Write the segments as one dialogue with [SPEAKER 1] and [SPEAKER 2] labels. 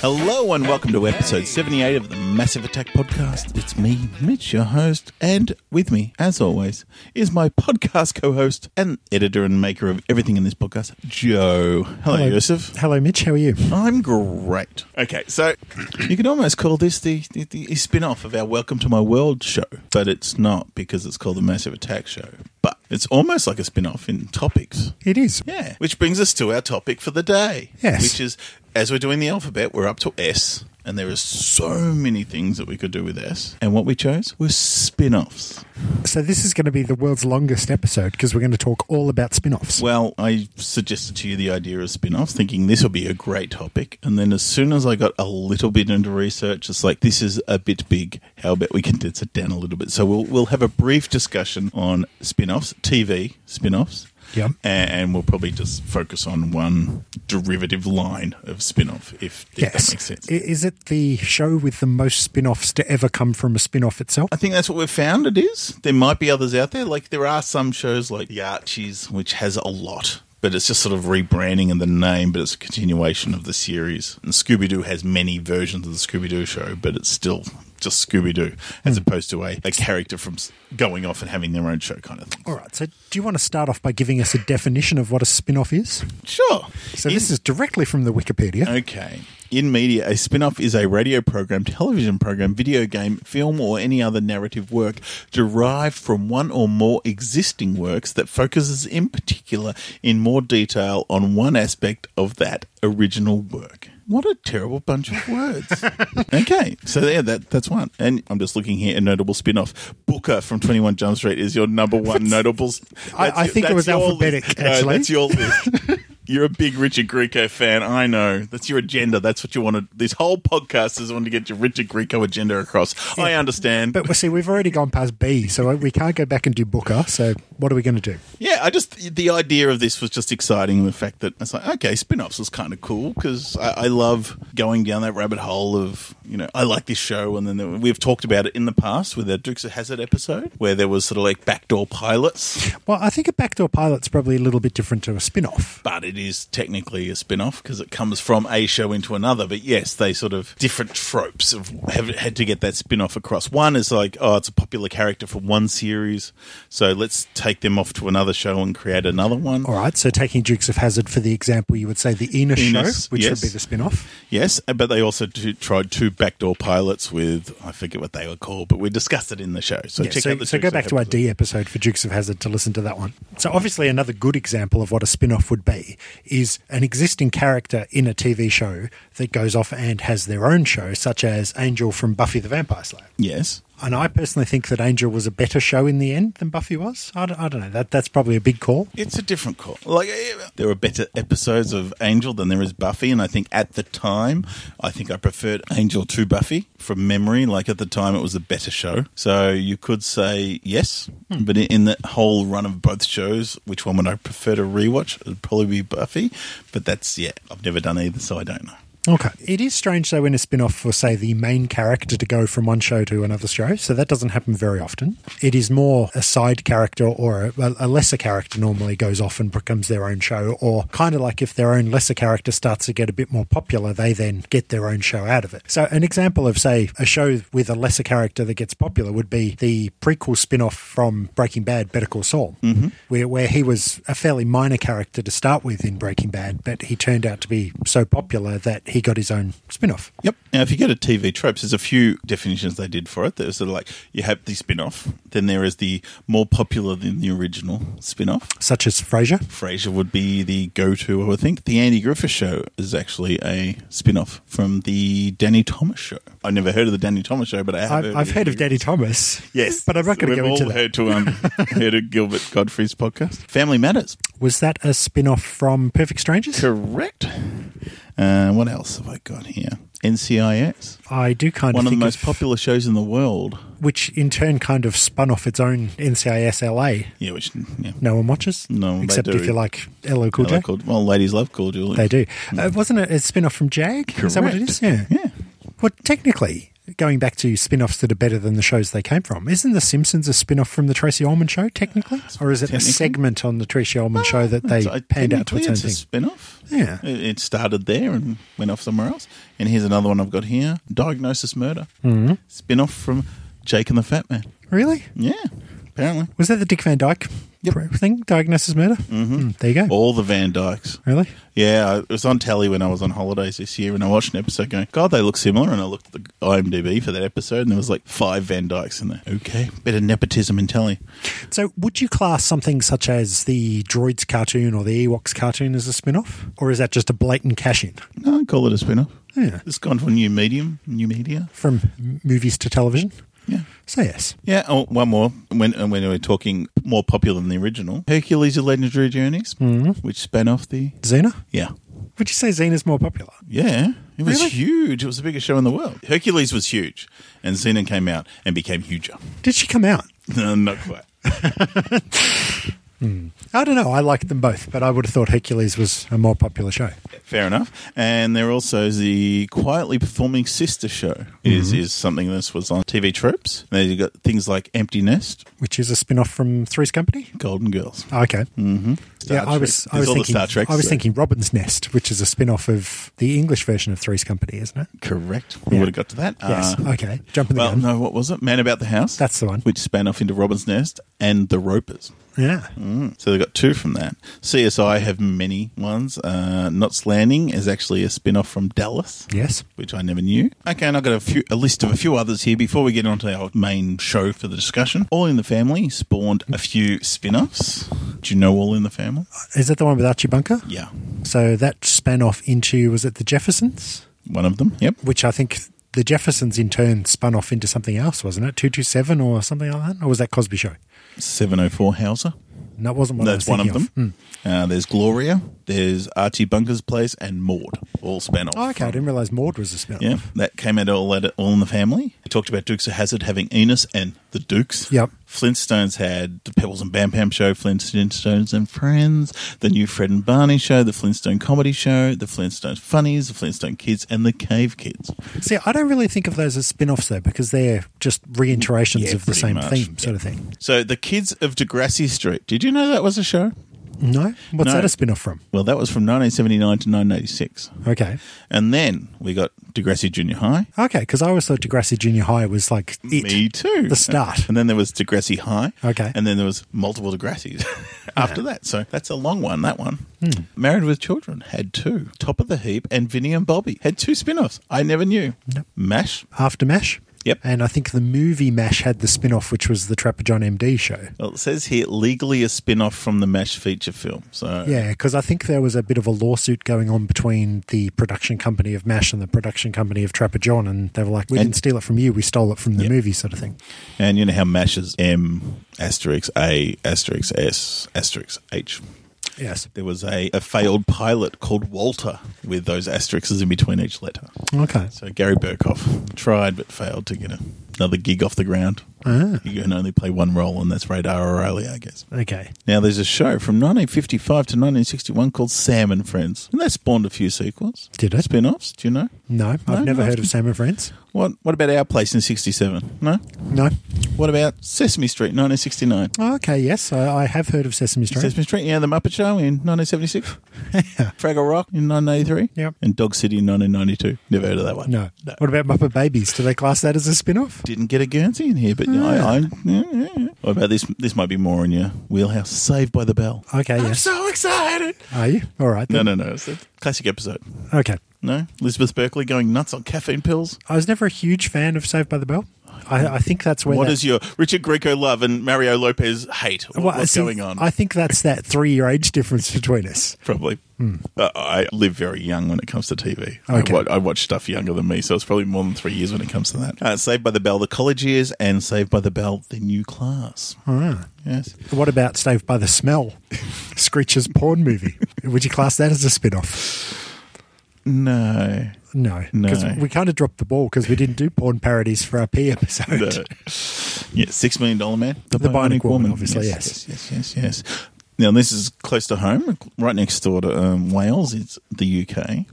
[SPEAKER 1] Hello and welcome to episode 78 of the Massive Attack Podcast. It's me, Mitch, your host, and with me, as always, is my podcast co host and editor and maker of everything in this podcast, Joe. Hello, Yusuf.
[SPEAKER 2] Hello, Mitch. How are you?
[SPEAKER 1] I'm great. Okay, so you could almost call this the, the, the spin off of our Welcome to My World show, but it's not because it's called the Massive Attack Show. But it's almost like a spin off in topics.
[SPEAKER 2] It is.
[SPEAKER 1] Yeah. Which brings us to our topic for the day.
[SPEAKER 2] Yes.
[SPEAKER 1] Which is as we're doing the alphabet, we're up to S, and there is so many things that we could do with S. And what we chose was spin offs.
[SPEAKER 2] So this is going to be the world's longest episode because we're going to talk all about spin-offs.
[SPEAKER 1] Well, I suggested to you the idea of spin offs, thinking this would be a great topic. And then as soon as I got a little bit into research, it's like, this is a bit big. How about we condense it down a little bit? So we'll, we'll have a brief discussion on spin offs, TV spin offs.
[SPEAKER 2] Yep.
[SPEAKER 1] And we'll probably just focus on one derivative line of spin off, if, if that makes sense.
[SPEAKER 2] I- Is it the show with the most spin-offs to ever come from a spin-off itself?
[SPEAKER 1] I think that's what we've found it is. There might be others out there. Like there are some shows like The Archies, which has a lot, but it's just sort of rebranding in the name, but it's a continuation of the series. And Scooby Doo has many versions of the Scooby Doo show, but it's still just Scooby Doo as opposed to a, a character from s- going off and having their own show kind of thing.
[SPEAKER 2] All right. So do you want to start off by giving us a definition of what a spin-off is?
[SPEAKER 1] Sure.
[SPEAKER 2] So
[SPEAKER 1] In- Uh,
[SPEAKER 2] this is directly from the Wikipedia.
[SPEAKER 1] Okay. In media, a spin off is a radio program, television program, video game, film, or any other narrative work derived from one or more existing works that focuses in particular in more detail on one aspect of that original work. What a terrible bunch of words. okay, so there, that, that's one. And I'm just looking here, a notable spin off. Booker from 21 Jump Street is your number one notable.
[SPEAKER 2] I-
[SPEAKER 1] that's
[SPEAKER 2] I
[SPEAKER 1] your-
[SPEAKER 2] think
[SPEAKER 1] that's
[SPEAKER 2] it was
[SPEAKER 1] your list.
[SPEAKER 2] alphabetic,
[SPEAKER 1] No,
[SPEAKER 2] actually.
[SPEAKER 1] that's your list. You're a big Richard Grieco fan. I know. That's your agenda. That's what you wanted. This whole podcast is wanting to get your Richard Grieco agenda across. I understand.
[SPEAKER 2] But we see, we've already gone past B, so we can't go back and do Booker. So what are we going to do?
[SPEAKER 1] yeah, I just, the idea of this was just exciting. The fact that it's like, okay, spin offs is kind of cool because I, I love going down that rabbit hole of, you know, I like this show. And then there, we've talked about it in the past with the Dukes of Hazard episode where there was sort of like backdoor pilots,
[SPEAKER 2] Well, I think a backdoor pilot's probably a little bit different to a spin-off.
[SPEAKER 1] but it is technically a spin off because it comes from a show into another. But yes, they sort of different tropes of have had to get that spin off across. One is like, oh, it's a popular character from one series, so let's take them off to another show and create another one.
[SPEAKER 2] All right. So taking Dukes of Hazard for the example, you would say the Enos,
[SPEAKER 1] Enos,
[SPEAKER 2] show, which
[SPEAKER 1] yes.
[SPEAKER 2] would be the spin-off.
[SPEAKER 1] Yes, but they also do, tried two backdoor pilots with I forget what they were called, but we discussed it in the show. So
[SPEAKER 2] Yeah,
[SPEAKER 1] check
[SPEAKER 2] so,
[SPEAKER 1] out the
[SPEAKER 2] so
[SPEAKER 1] Dukes
[SPEAKER 2] go
[SPEAKER 1] of
[SPEAKER 2] back to our
[SPEAKER 1] Hazzard.
[SPEAKER 2] D episode for Dukes of Hazard to listen to that one. So obviously another good example of what a spin-off would be is an existing character in a TV show that goes off and has their own show, such as Angel from Buffy the Vampire Slayer.
[SPEAKER 1] Yes.
[SPEAKER 2] And I personally think that Angel was a better show in the end than Buffy was. I don't, I don't know. That that's probably a big call.
[SPEAKER 1] It's a different call. Like eh, there are better episodes of Angel than there is Buffy, and I think at the time, I think I preferred Angel to Buffy from memory. Like at the time, it was a better show. So you could say yes, but in- in the whole run of both shows, which one would I prefer to rewatch? It'd probably be Buffy, but that's yeah, I've never done either, so I don't know.
[SPEAKER 2] Okay. It is strange though in a spin-off for say the main character to go from one show to another show. So that doesn't happen very often. It is more a side character or a, a lesser character normally goes off and becomes their own show or kind of like if their own lesser character starts to get a bit more popular, they then get their own show out of it. So an example of say a show with a lesser character that gets popular would be the prequel spin-off from Breaking Bad Better Call Saul.
[SPEAKER 1] Mm-hmm.
[SPEAKER 2] Where where he was a fairly minor character to start with in Breaking Bad, but he turned out to be so popular that he got his own spin off.
[SPEAKER 1] Yep. Now, if you go to TV tropes, there's a few definitions they did for it. There's sort of like you have the spin off, then there is the more popular than the original spin off.
[SPEAKER 2] Such as Frasier.
[SPEAKER 1] Frasier would be the go-to. I would think the Andy Griffith Show is actually a spin-off from the Danny Thomas Show. I never heard of the Danny Thomas Show, but I have
[SPEAKER 2] I've,
[SPEAKER 1] heard
[SPEAKER 2] I've heard of
[SPEAKER 1] Danny.
[SPEAKER 2] Daddy Thomas.
[SPEAKER 1] Yes,
[SPEAKER 2] But I'm not going to
[SPEAKER 1] We've
[SPEAKER 2] go
[SPEAKER 1] all
[SPEAKER 2] into that.
[SPEAKER 1] Heard to um, heard of Gilbert Godfrey's podcast, Family Matters.
[SPEAKER 2] Was that a spin off from Perfect Strangers?
[SPEAKER 1] Correct. Uh, what else have I got here? NCIS,
[SPEAKER 2] I do kind
[SPEAKER 1] one
[SPEAKER 2] of
[SPEAKER 1] of the
[SPEAKER 2] think
[SPEAKER 1] most popular shows in the world.
[SPEAKER 2] which in turn kind of spun off its own NCIS LA.
[SPEAKER 1] Yeah, which yeah,
[SPEAKER 2] No one watches?
[SPEAKER 1] No, they
[SPEAKER 2] Except
[SPEAKER 1] do.
[SPEAKER 2] if you like LL Cool
[SPEAKER 1] I
[SPEAKER 2] J.
[SPEAKER 1] like Cord- well, ladies love Cool Julie.
[SPEAKER 2] They do. Uh, wasn't it a spin off from JAG? Is that what it
[SPEAKER 1] Hmm. Correct.
[SPEAKER 2] is? Yeah.
[SPEAKER 1] Yeah.
[SPEAKER 2] Well, technically, going back to spin offs that are better than the shows they came from, isn't The Simpsons a spin off from The Tracy Ullman Show, technically? Or is it a
[SPEAKER 1] Technically.
[SPEAKER 2] segment on The Tracy Ullman Show that they
[SPEAKER 1] So, uh,
[SPEAKER 2] panned out to
[SPEAKER 1] technically,
[SPEAKER 2] its own
[SPEAKER 1] it's a
[SPEAKER 2] thing?
[SPEAKER 1] spin-off.
[SPEAKER 2] Yeah.
[SPEAKER 1] It, it started there and went off somewhere else. And here's another one I've got here: Diagnosis Murder, mm-hmm. spin-off from Jake and the Fat Man.
[SPEAKER 2] Really?
[SPEAKER 1] Yeah, apparently
[SPEAKER 2] Was that the Dick Van Dyke pro- thing? Diagnosis murder? Mm-hmm. there you go.
[SPEAKER 1] all the Van Dykes.
[SPEAKER 2] Really?
[SPEAKER 1] Yeah, it was on telly when I was on holidays this year, and I watched an episode going, God, they look similar. And I looked at the IMDb for that episode, and there was like five Van Dykes in there. Okay, bit of nepotism in telly.
[SPEAKER 2] So, would you class something such as the Droids cartoon or the Ewoks cartoon as a spin off? Or is that just a blatant cash in
[SPEAKER 1] No, I'd call it a spin off.
[SPEAKER 2] Yeah.
[SPEAKER 1] It's gone for new medium, new media.
[SPEAKER 2] from m- movies to television?
[SPEAKER 1] Yeah.
[SPEAKER 2] So, yes.
[SPEAKER 1] Yeah, oh, one more. When when we we're talking more popular than the original, Hercules: A Legendary Journeys,
[SPEAKER 2] Mm-hmm.
[SPEAKER 1] which spun off the
[SPEAKER 2] Xena?
[SPEAKER 1] yeah
[SPEAKER 2] Would you say Xena's more popular?
[SPEAKER 1] yeah. It was
[SPEAKER 2] Really?
[SPEAKER 1] huge. It was the biggest show in the world. Hercules was huge, and Xena came out and became huger.
[SPEAKER 2] Did she come out?
[SPEAKER 1] No, Not quite.
[SPEAKER 2] I don't know. I liked them both, but I would have thought Hercules was a more popular show.
[SPEAKER 1] Fair enough. And there also the quietly performing sister show is
[SPEAKER 2] Mm-hmm.
[SPEAKER 1] is something this was on TV tropes. And then you got things like Empty Nest,
[SPEAKER 2] Which is a spin off from Three's Company? Ah,
[SPEAKER 1] Golden Girls.
[SPEAKER 2] Okay.
[SPEAKER 1] Mm-hmm. Star
[SPEAKER 2] yeah, I
[SPEAKER 1] Trek.
[SPEAKER 2] was.
[SPEAKER 1] There's
[SPEAKER 2] I was
[SPEAKER 1] all the
[SPEAKER 2] thinking.
[SPEAKER 1] Star Treks
[SPEAKER 2] I was
[SPEAKER 1] there.
[SPEAKER 2] thinking Robin's Nest, which is a spin-off of the English version of Three's Company, isn't it?
[SPEAKER 1] Correct. We
[SPEAKER 2] Yeah.
[SPEAKER 1] would have got to that.
[SPEAKER 2] Yes.
[SPEAKER 1] Uh,
[SPEAKER 2] okay. Jumping the
[SPEAKER 1] Well,
[SPEAKER 2] gun.
[SPEAKER 1] no, what was it? Man About the House.
[SPEAKER 2] That's the one.
[SPEAKER 1] Which span off into Robin's Nest and The Ropers.
[SPEAKER 2] Yeah.
[SPEAKER 1] Mm. So they got two from that. CSI have many ones. Uh, Knots Landing is actually a spin off from Dallas.
[SPEAKER 2] Yes.
[SPEAKER 1] Which I never knew. Okay, and I've got a, few, a list of a few others here before we get on to our main show for the discussion. All in the Family spawned a few spin offs. Do you know All in the Family?
[SPEAKER 2] Is that the one with Archie Bunker?
[SPEAKER 1] Yeah,
[SPEAKER 2] So that span off into was it the Jeffersons,
[SPEAKER 1] one of them. Yep.
[SPEAKER 2] which I think the Jeffersons in turn spun off into something else, wasn't it? Two two seven or something like that, or was that Cosby Show?
[SPEAKER 1] 704 Hauser.
[SPEAKER 2] No, it wasn't one.
[SPEAKER 1] That's
[SPEAKER 2] I was
[SPEAKER 1] one of
[SPEAKER 2] thinking Hmm.
[SPEAKER 1] them. Uh, there's Gloria, there's Archie Bunker's Place, and Maud. All spin off.
[SPEAKER 2] Oh, okay. I didn't realize Maud was a spin off.
[SPEAKER 1] Yeah, that came out all at all in the family. We talked about Dukes of Hazard having Enos and the Dukes.
[SPEAKER 2] Yep.
[SPEAKER 1] Flintstones had the Pebbles and Bam Bam show, Flintstones and Friends, the new Fred and Barney show, the Flintstone comedy show, the Flintstones funnies, the Flintstone kids, and the Cave Kids.
[SPEAKER 2] See, I don't really think of those as spin offs though, because they're just reiterations
[SPEAKER 1] Yeah,
[SPEAKER 2] of the
[SPEAKER 1] pretty
[SPEAKER 2] same
[SPEAKER 1] much.
[SPEAKER 2] theme, sort of thing.
[SPEAKER 1] So the Kids of Degrassi Street. Did you know that was a show?
[SPEAKER 2] No, what's
[SPEAKER 1] No.
[SPEAKER 2] that a spin off from?
[SPEAKER 1] Well, that was from 1979 to 1986.
[SPEAKER 2] Okay.
[SPEAKER 1] And then we got Degrassi Junior High.
[SPEAKER 2] Okay, because I always thought Degrassi Junior High was like it.
[SPEAKER 1] Me too.
[SPEAKER 2] The start.
[SPEAKER 1] And then there was Degrassi High.
[SPEAKER 2] Okay.
[SPEAKER 1] And then there was multiple Degrassis after that. So that's a long one, that one.
[SPEAKER 2] Hmm.
[SPEAKER 1] Married with Children had two. Top of the Heap and Vinny and Bobby had two spin offs. I never knew. MASH.
[SPEAKER 2] After MASH.
[SPEAKER 1] Yep.
[SPEAKER 2] And I think the movie MASH had the spin off, which was the Trapper John MD show.
[SPEAKER 1] Well, it says here legally a spin off from the MASH feature film. So
[SPEAKER 2] Yeah, because I think there was a bit of a lawsuit going on between the production company of MASH and the production company of Trapper John, and they were like, we
[SPEAKER 1] And-
[SPEAKER 2] didn't steal it from you, we stole it from the
[SPEAKER 1] Yeah.
[SPEAKER 2] movie, sort of thing.
[SPEAKER 1] And you know how MASH is M asterisk A asterisk S asterisk H.
[SPEAKER 2] Yes.
[SPEAKER 1] There was a, a failed pilot called Walter with those asterisks in between each letter.
[SPEAKER 2] Okay.
[SPEAKER 1] So Gary Burkhoff tried but failed to get a, another gig off the ground.
[SPEAKER 2] Ah.
[SPEAKER 1] You can only play one role, and that's Radar O'Reilly, I guess.
[SPEAKER 2] Okay.
[SPEAKER 1] Now, there's a show from 1955 to 1961 called Sam and Friends, and that spawned a few sequels.
[SPEAKER 2] Did it?
[SPEAKER 1] Spin offs, do you know?
[SPEAKER 2] No, I've
[SPEAKER 1] No,
[SPEAKER 2] never
[SPEAKER 1] no.
[SPEAKER 2] heard of Sam and Friends.
[SPEAKER 1] What, what about Our Place in 67? No?
[SPEAKER 2] No.
[SPEAKER 1] What about Sesame Street, 1969?
[SPEAKER 2] Okay, yes, I, I have heard of Sesame Street.
[SPEAKER 1] Sesame Street, yeah, The Muppet Show in 1976, Fraggle Rock in 1983,
[SPEAKER 2] Yep.
[SPEAKER 1] and Dog City in 1992. Never heard of that one.
[SPEAKER 2] no. What about Muppet Babies? Do they class that as a spin off?
[SPEAKER 1] didn't get a Guernsey in here, but yeah, I,
[SPEAKER 2] Hmm.
[SPEAKER 1] I yeah, yeah, yeah. What about this? This might be more in your wheelhouse. Saved by the Bell.
[SPEAKER 2] Okay,
[SPEAKER 1] I'm
[SPEAKER 2] Ah, yes.
[SPEAKER 1] so excited.
[SPEAKER 2] Are you? All right.
[SPEAKER 1] No,
[SPEAKER 2] Then.
[SPEAKER 1] no, no. It's a classic episode.
[SPEAKER 2] Okay.
[SPEAKER 1] No, Elizabeth Berkley going nuts on caffeine pills.
[SPEAKER 2] I was never a huge fan of Saved by the Bell. I, I think that's where.
[SPEAKER 1] What
[SPEAKER 2] that-
[SPEAKER 1] is your Richard Grieco love and Mario Lopez hate? What-
[SPEAKER 2] Well,
[SPEAKER 1] what's
[SPEAKER 2] see,
[SPEAKER 1] going on?
[SPEAKER 2] I think that's that three year age difference between us.
[SPEAKER 1] probably. Uh, I live very young when it comes to TV.
[SPEAKER 2] Hmm. Okay.
[SPEAKER 1] I, wa- I watch stuff younger than me, so it's probably more than three years when it comes to that. Uh, Saved by the Bell, the college years, and Saved by the Bell, the new class.
[SPEAKER 2] Ah.
[SPEAKER 1] Yes.
[SPEAKER 2] What about Saved by the Smell? Screecher's porn movie. Would you class that as a spin off?
[SPEAKER 1] No.
[SPEAKER 2] No.
[SPEAKER 1] No.
[SPEAKER 2] Because we kind of dropped the ball because we didn't do porn parodies for our P episode.
[SPEAKER 1] the yeah, six million dollar man,
[SPEAKER 2] The Bionic Woman, obviously,
[SPEAKER 1] yes, yes, yes, yes. Now this is close to home, right
[SPEAKER 2] Mm-hmm.
[SPEAKER 1] next door to um, Wales. It's the UK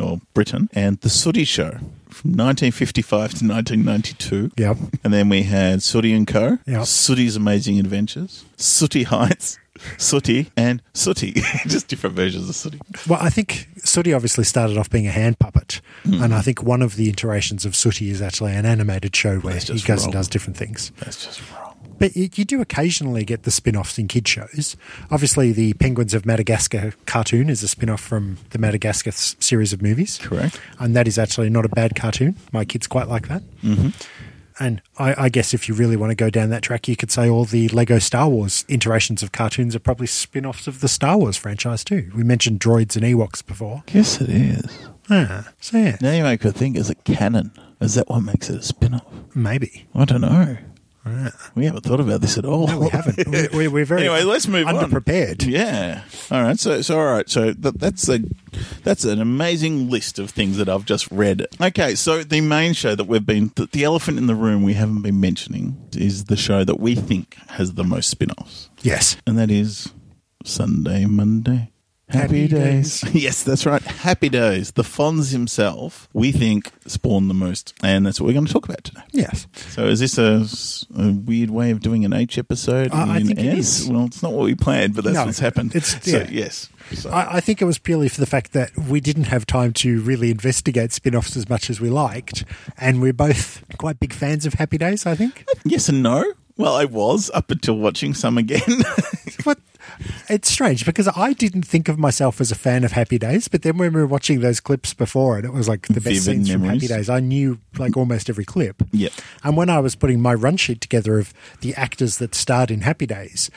[SPEAKER 1] or Britain, and the Sooty Show from 1955 to 1992.
[SPEAKER 2] Yep.
[SPEAKER 1] And then we had Sooty and Co.
[SPEAKER 2] Yep.
[SPEAKER 1] Sooty's Amazing Adventures, Sooty Heights, Sooty, and Sooty. Just different versions of Sooty.
[SPEAKER 2] Well, I think Sooty obviously started off being a hand puppet, and I think one of the iterations of Sooty is actually an animated show where
[SPEAKER 1] That's
[SPEAKER 2] he
[SPEAKER 1] just
[SPEAKER 2] goes
[SPEAKER 1] wrong.
[SPEAKER 2] and does different things.
[SPEAKER 1] That's just wrong.
[SPEAKER 2] But you, you do occasionally get the spin offs in kid shows. Obviously, the Penguins of Madagascar cartoon is a spin off from the Madagascar s- series of movies.
[SPEAKER 1] Correct.
[SPEAKER 2] And that is actually not a bad cartoon. My kids quite like that. Mm-hmm. And I, I guess if you really want to go down that track, you could say all the Lego Star Wars iterations of cartoons are probably spin offs of the Star Wars franchise, too. We mentioned droids and Ewoks before.
[SPEAKER 1] Yes, it is.
[SPEAKER 2] Ah, so, yeah,
[SPEAKER 1] Now you make a think, is it canon? Is that what makes it a spin off?
[SPEAKER 2] maybe.
[SPEAKER 1] I don't know. We haven't thought about this at all.
[SPEAKER 2] No, we haven't. We- we- we're very
[SPEAKER 1] anyway, let's move on.
[SPEAKER 2] underprepared.
[SPEAKER 1] Yeah. All right. So, so all right. So th- that's a that's an amazing list of things that I've just read. Okay. So the main show that we've been the, the elephant in the room we haven't been mentioning is the show that we think has the most spin-offs,
[SPEAKER 2] Yes.
[SPEAKER 1] and that is Sunday, Monday. Happy,
[SPEAKER 2] Happy
[SPEAKER 1] days. Yes, that's right. Happy days. The Fonz himself, we think, spawned the most, and that's what we're going to talk about today.
[SPEAKER 2] Yes.
[SPEAKER 1] So is this a, s- a weird way of doing an H episode?
[SPEAKER 2] Uh, I
[SPEAKER 1] in
[SPEAKER 2] think it
[SPEAKER 1] S?
[SPEAKER 2] is.
[SPEAKER 1] Well, it's not what we planned, but that's
[SPEAKER 2] No,
[SPEAKER 1] what's happened.
[SPEAKER 2] it's-
[SPEAKER 1] so,
[SPEAKER 2] yeah.
[SPEAKER 1] yes. So,
[SPEAKER 2] I, I think it was purely for the fact that we didn't have time to really investigate spin offs as much as we liked. And we're both quite big fans of Happy Days, I think.
[SPEAKER 1] yes and no. Well, I was up until watching some again.
[SPEAKER 2] But it's strange because I didn't think of myself as a fan of Happy Days. But then when we were watching those clips before, and it was like the
[SPEAKER 1] Vivid
[SPEAKER 2] best scenes from
[SPEAKER 1] memories.
[SPEAKER 2] Happy Days, I knew like almost every clip.
[SPEAKER 1] Yep.
[SPEAKER 2] And when I was putting my run sheet together of the actors that starred in Happy Days,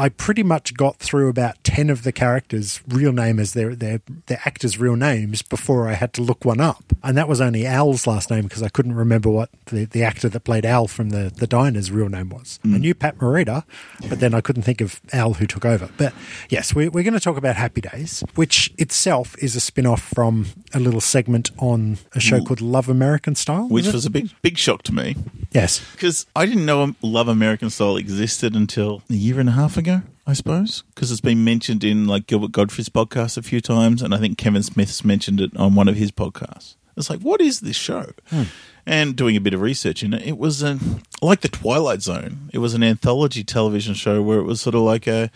[SPEAKER 2] I pretty much got through about ten of the characters' real name as their their their actors' real names before I had to look one up, and that was only Owl's last name because I couldn't remember what the, the actor that played Owl from the the Diner's real name was.
[SPEAKER 1] Mm.
[SPEAKER 2] I knew Pat Morita, but then I couldn't think of Owl who took over. But yes, we, we're going to talk about Happy Days, which itself is a spin off from a little segment on a show called Love American Style, was
[SPEAKER 1] which
[SPEAKER 2] it?
[SPEAKER 1] was a big, big shock to me
[SPEAKER 2] yes.
[SPEAKER 1] because I didn't know Love American Style existed until a year and a half ago, I suppose, because it's been mentioned in like Gilbert Godfrey's podcast a few times, and I think Kevin Smith's mentioned it on one of his podcasts. It's like, what is this show? And doing a bit of research in it, it was a, like The Twilight Zone. It was an anthology television show where it was sort of like a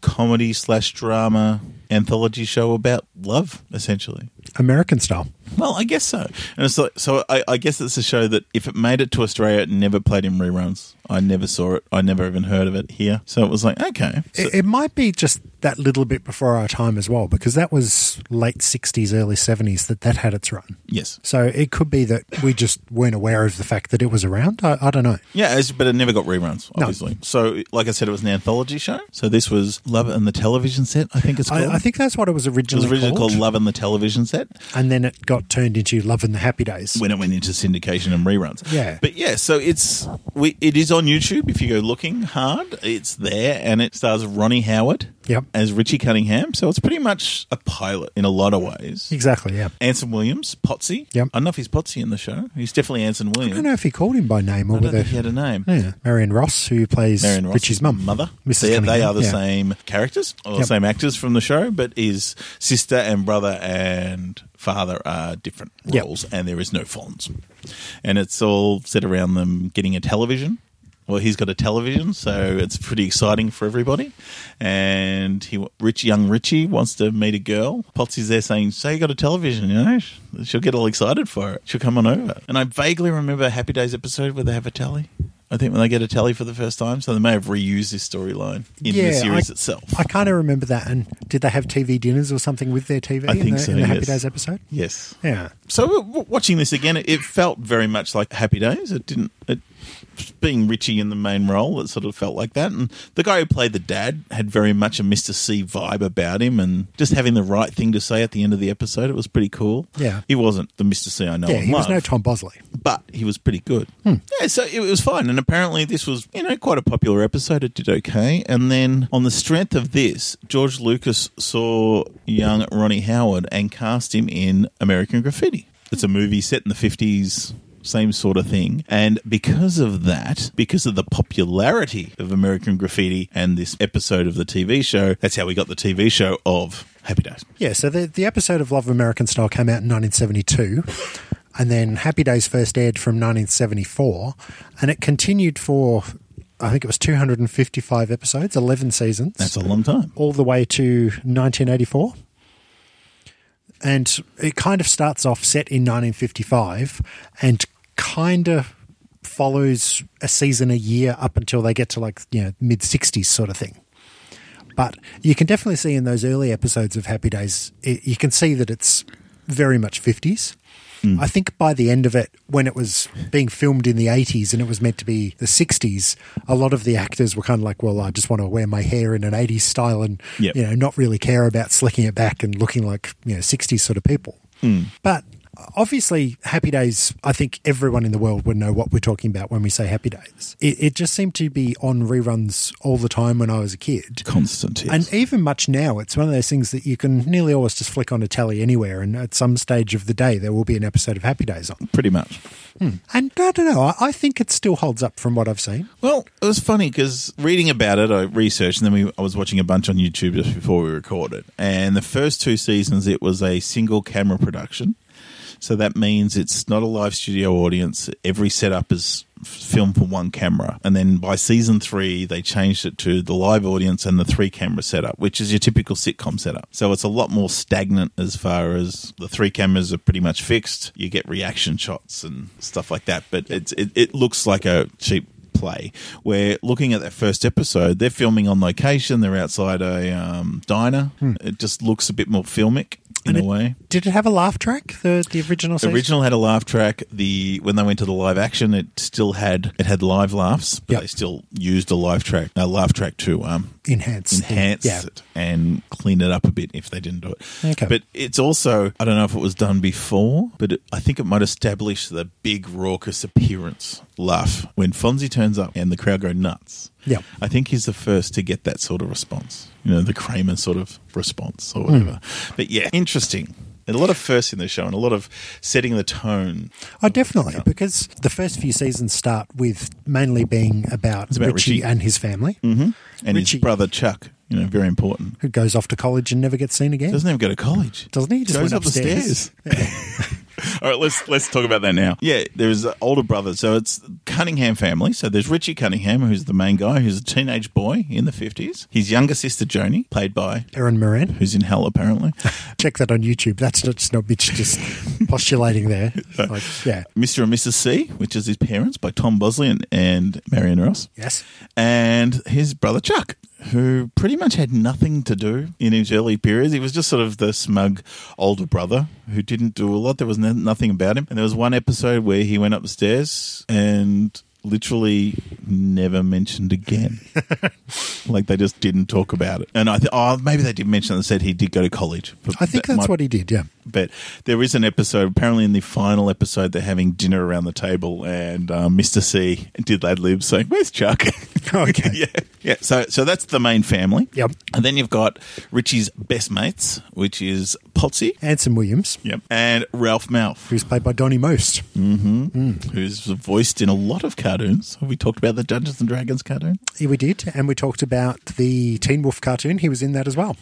[SPEAKER 1] comedy slash drama anthology show about love, essentially.
[SPEAKER 2] American style.
[SPEAKER 1] Well, I guess so. And it's like, so I, I guess it's a show that if it made it to Australia, it never played in reruns. I never saw it. I never even heard of it here. So it was like, okay. So-
[SPEAKER 2] It, it might be just that little bit before our time as well, because that was late 60s, early 70s that that had its run.
[SPEAKER 1] yes.
[SPEAKER 2] So it could be that we just weren't aware of the fact that it was around. I, I don't know.
[SPEAKER 1] Yeah, it's, but it never got reruns,
[SPEAKER 2] No.
[SPEAKER 1] obviously. So, like I said, it was an anthology show. So this was Love and the Television Set, I think it's called.
[SPEAKER 2] I, I think that's what it was
[SPEAKER 1] it was
[SPEAKER 2] originally,
[SPEAKER 1] originally
[SPEAKER 2] called.
[SPEAKER 1] called Love and the Television Set.
[SPEAKER 2] and then it got turned into Love and the Happy Days.
[SPEAKER 1] when it went into syndication and reruns.
[SPEAKER 2] Yeah.
[SPEAKER 1] but yeah, so it's we, it is on YouTube if you go looking hard. It's there, and it stars Ronnie Howard.
[SPEAKER 2] Yep.
[SPEAKER 1] as Richie Cunningham. So it's pretty much a pilot in a lot of ways.
[SPEAKER 2] Exactly, yeah.
[SPEAKER 1] Anson Williams, Potsy.
[SPEAKER 2] Yep.
[SPEAKER 1] I don't know if he's Potsy in the show. He's definitely Anson
[SPEAKER 2] I
[SPEAKER 1] Williams.
[SPEAKER 2] don't know if he called him by name
[SPEAKER 1] I
[SPEAKER 2] or
[SPEAKER 1] don't
[SPEAKER 2] whether.
[SPEAKER 1] think he had a name.
[SPEAKER 2] Yeah, Marion Ross, who plays
[SPEAKER 1] Marion Ross,
[SPEAKER 2] Richie's mum,
[SPEAKER 1] mother.
[SPEAKER 2] Mrs.
[SPEAKER 1] They, they
[SPEAKER 2] Cunningham,
[SPEAKER 1] are the
[SPEAKER 2] yeah.
[SPEAKER 1] same characters or
[SPEAKER 2] Yep.
[SPEAKER 1] same actors from the show, but his sister and brother and father are different
[SPEAKER 2] Yep.
[SPEAKER 1] roles, and there is no Fonz. And it's all set around them getting a television. Well, he's got a television, so it's pretty exciting for everybody. And he, rich young Richie, wants to meet a girl. Potsy's there saying, "So you got a television? You know, she'll get all excited for it. She'll come on over." And I vaguely remember a Happy Days episode where they have a tally. I think when they get a tally for the first time, so they may have reused this storyline in the
[SPEAKER 2] Yeah,
[SPEAKER 1] series
[SPEAKER 2] I-
[SPEAKER 1] itself.
[SPEAKER 2] I kind of remember that. And did they have TV dinners or something with their TV
[SPEAKER 1] I
[SPEAKER 2] in,
[SPEAKER 1] think
[SPEAKER 2] the,
[SPEAKER 1] so,
[SPEAKER 2] in the Happy
[SPEAKER 1] yes.
[SPEAKER 2] Days episode?
[SPEAKER 1] yes.
[SPEAKER 2] Yeah.
[SPEAKER 1] So w- w- watching this again, it, it felt very much like Happy Days. It didn't. It being Richie in the main role, it sort of felt like that. And the guy who played the dad had very much a Mr. C vibe about him, and just having the right thing to say at the end of the episode, it was pretty cool.
[SPEAKER 2] Yeah.
[SPEAKER 1] he wasn't the Mr. C I know.
[SPEAKER 2] Yeah,
[SPEAKER 1] and
[SPEAKER 2] he was
[SPEAKER 1] love
[SPEAKER 2] no Tom Bosley.
[SPEAKER 1] but he was pretty good. Yeah, so it was fine. And apparently, this was, you know, quite a popular episode. It did okay. And then, on the strength of this, George Lucas saw young Ronnie Howard and cast him in American Graffiti. It's a movie set in the 50s. Same sort of thing. And because of that, because of the popularity of American Graffiti and this episode of the TV show, that's how we got the TV show of Happy Days.
[SPEAKER 2] Yeah, so the, the episode of Love American Style came out in 1972. and then Happy Days first aired from 1974, and it continued for I think it was 255 episodes, 11 seasons,
[SPEAKER 1] That's a long time.
[SPEAKER 2] all the way to 1984. And it kind of starts off set in 1955 and kind of follows a season a year up until they get to like, you know, mid 60s sort of thing. But you can definitely see in those early episodes of Happy Days, it, you can see that it's very much 50s. I think by the end of it, when it was being filmed in the 80s and it was meant to be the 60s, a lot of the actors were kind of like, well, I just want to wear my hair in an 80s style and,
[SPEAKER 1] Yep.
[SPEAKER 2] you know, not really care about slicking it back and looking like, you know, 60s sort of people. But obviously, Happy Days, I think everyone in the world would know what we're talking about when we say Happy Days. It, it just seemed to be on reruns all the time when I was a kid.
[SPEAKER 1] Constant. yes.
[SPEAKER 2] And even much now, it's one of those things that you can nearly always just flick on a telly anywhere, and at some stage of the day, there will be an episode of Happy Days on.
[SPEAKER 1] pretty much.
[SPEAKER 2] And I don't know, I, I think it still holds up from what I've seen.
[SPEAKER 1] Well, it was funny because reading about it, I researched, and then we, I was watching a bunch on YouTube just before we recorded. And the first two seasons, it was a single camera production. So that means it's not a live studio audience. Every setup is f- filmed from one camera. And then by season three, they changed it to the live audience and the three camera setup, which is your typical sitcom setup. So it's a lot more stagnant as far as the three cameras are pretty much fixed. You get reaction shots and stuff like that. But it's, it, it looks like a cheap play where looking at that first episode they're filming on location they're outside a um, diner it just looks a bit more filmic in
[SPEAKER 2] Hmm. And
[SPEAKER 1] a way
[SPEAKER 2] Did it have a laugh track, the, the original
[SPEAKER 1] the
[SPEAKER 2] season?
[SPEAKER 1] original had a laugh track. The when they went to the live action, it still had it had live laughs, but
[SPEAKER 2] Yep.
[SPEAKER 1] they still used a live track, a laugh track to um,
[SPEAKER 2] Enhanced.
[SPEAKER 1] enhance
[SPEAKER 2] Yeah.
[SPEAKER 1] it and clean it up a bit if they didn't do it.
[SPEAKER 2] Okay.
[SPEAKER 1] But it's also I don't know if it was done before, but it, I think it might establish the big raucous appearance laugh when Fonzie turns up and the crowd go nuts.
[SPEAKER 2] Yep.
[SPEAKER 1] I think he's the first to get that sort of response. You know, the Kramer sort of response or whatever.
[SPEAKER 2] Hmm.
[SPEAKER 1] But yeah, interesting. And a lot of firsts in the show and a lot of setting the tone.
[SPEAKER 2] Oh, definitely, because the first few seasons start with mainly being about,
[SPEAKER 1] about
[SPEAKER 2] Richie,
[SPEAKER 1] Richie. Mm-hmm.
[SPEAKER 2] and his family,
[SPEAKER 1] And
[SPEAKER 2] Richie-
[SPEAKER 1] his brother Chuck, you know, very important.
[SPEAKER 2] who goes off to college and never gets seen again.
[SPEAKER 1] Doesn't even go to college.
[SPEAKER 2] Doesn't he? He just
[SPEAKER 1] Goes
[SPEAKER 2] went
[SPEAKER 1] up
[SPEAKER 2] upstairs.
[SPEAKER 1] the stairs. All right, let's let's talk about that now. Yeah, there's an older brother, so it's Cunningham family. So there's Richie Cunningham, who's the main guy, who's a teenage boy in the fifties. His younger sister Joni, played by
[SPEAKER 2] Erin Moran.
[SPEAKER 1] who's in hell apparently.
[SPEAKER 2] Check that on YouTube. That's not, just not Mitch just postulating there. Like, yeah.
[SPEAKER 1] Mr. and Mrs. C, which is his parents, by Tom Bosley and, and Marion Ross.
[SPEAKER 2] Yes.
[SPEAKER 1] and his brother Chuck, who pretty much had nothing to do in his early periods. He was just sort of the smug older brother who didn't do a lot. There was no, nothing about him. And there was one episode where he went upstairs and literally never mentioned again. like they just didn't talk about it. And I think, oh, maybe they did mention it and said he did go to college. But
[SPEAKER 2] I think
[SPEAKER 1] that
[SPEAKER 2] that's
[SPEAKER 1] might-
[SPEAKER 2] what he did, yeah.
[SPEAKER 1] but there is an episode. Apparently, in the final episode, they're having dinner around the table, and um, Mr. C did lad lib saying, "Where's Chuck?"
[SPEAKER 2] Okay.
[SPEAKER 1] yeah, yeah. So, so that's the main family.
[SPEAKER 2] Yep.
[SPEAKER 1] And then you've got Richie's best mates, which is Potsy.
[SPEAKER 2] Anson Williams,
[SPEAKER 1] Yep. And Ralph Mouth,
[SPEAKER 2] who's played by Donnie Most.
[SPEAKER 1] Mm. who's voiced in a lot of cartoons. Have we talked about the Dungeons and Dragons cartoon?
[SPEAKER 2] Yeah, We did, and we talked about the Teen Wolf cartoon. He was in that as well.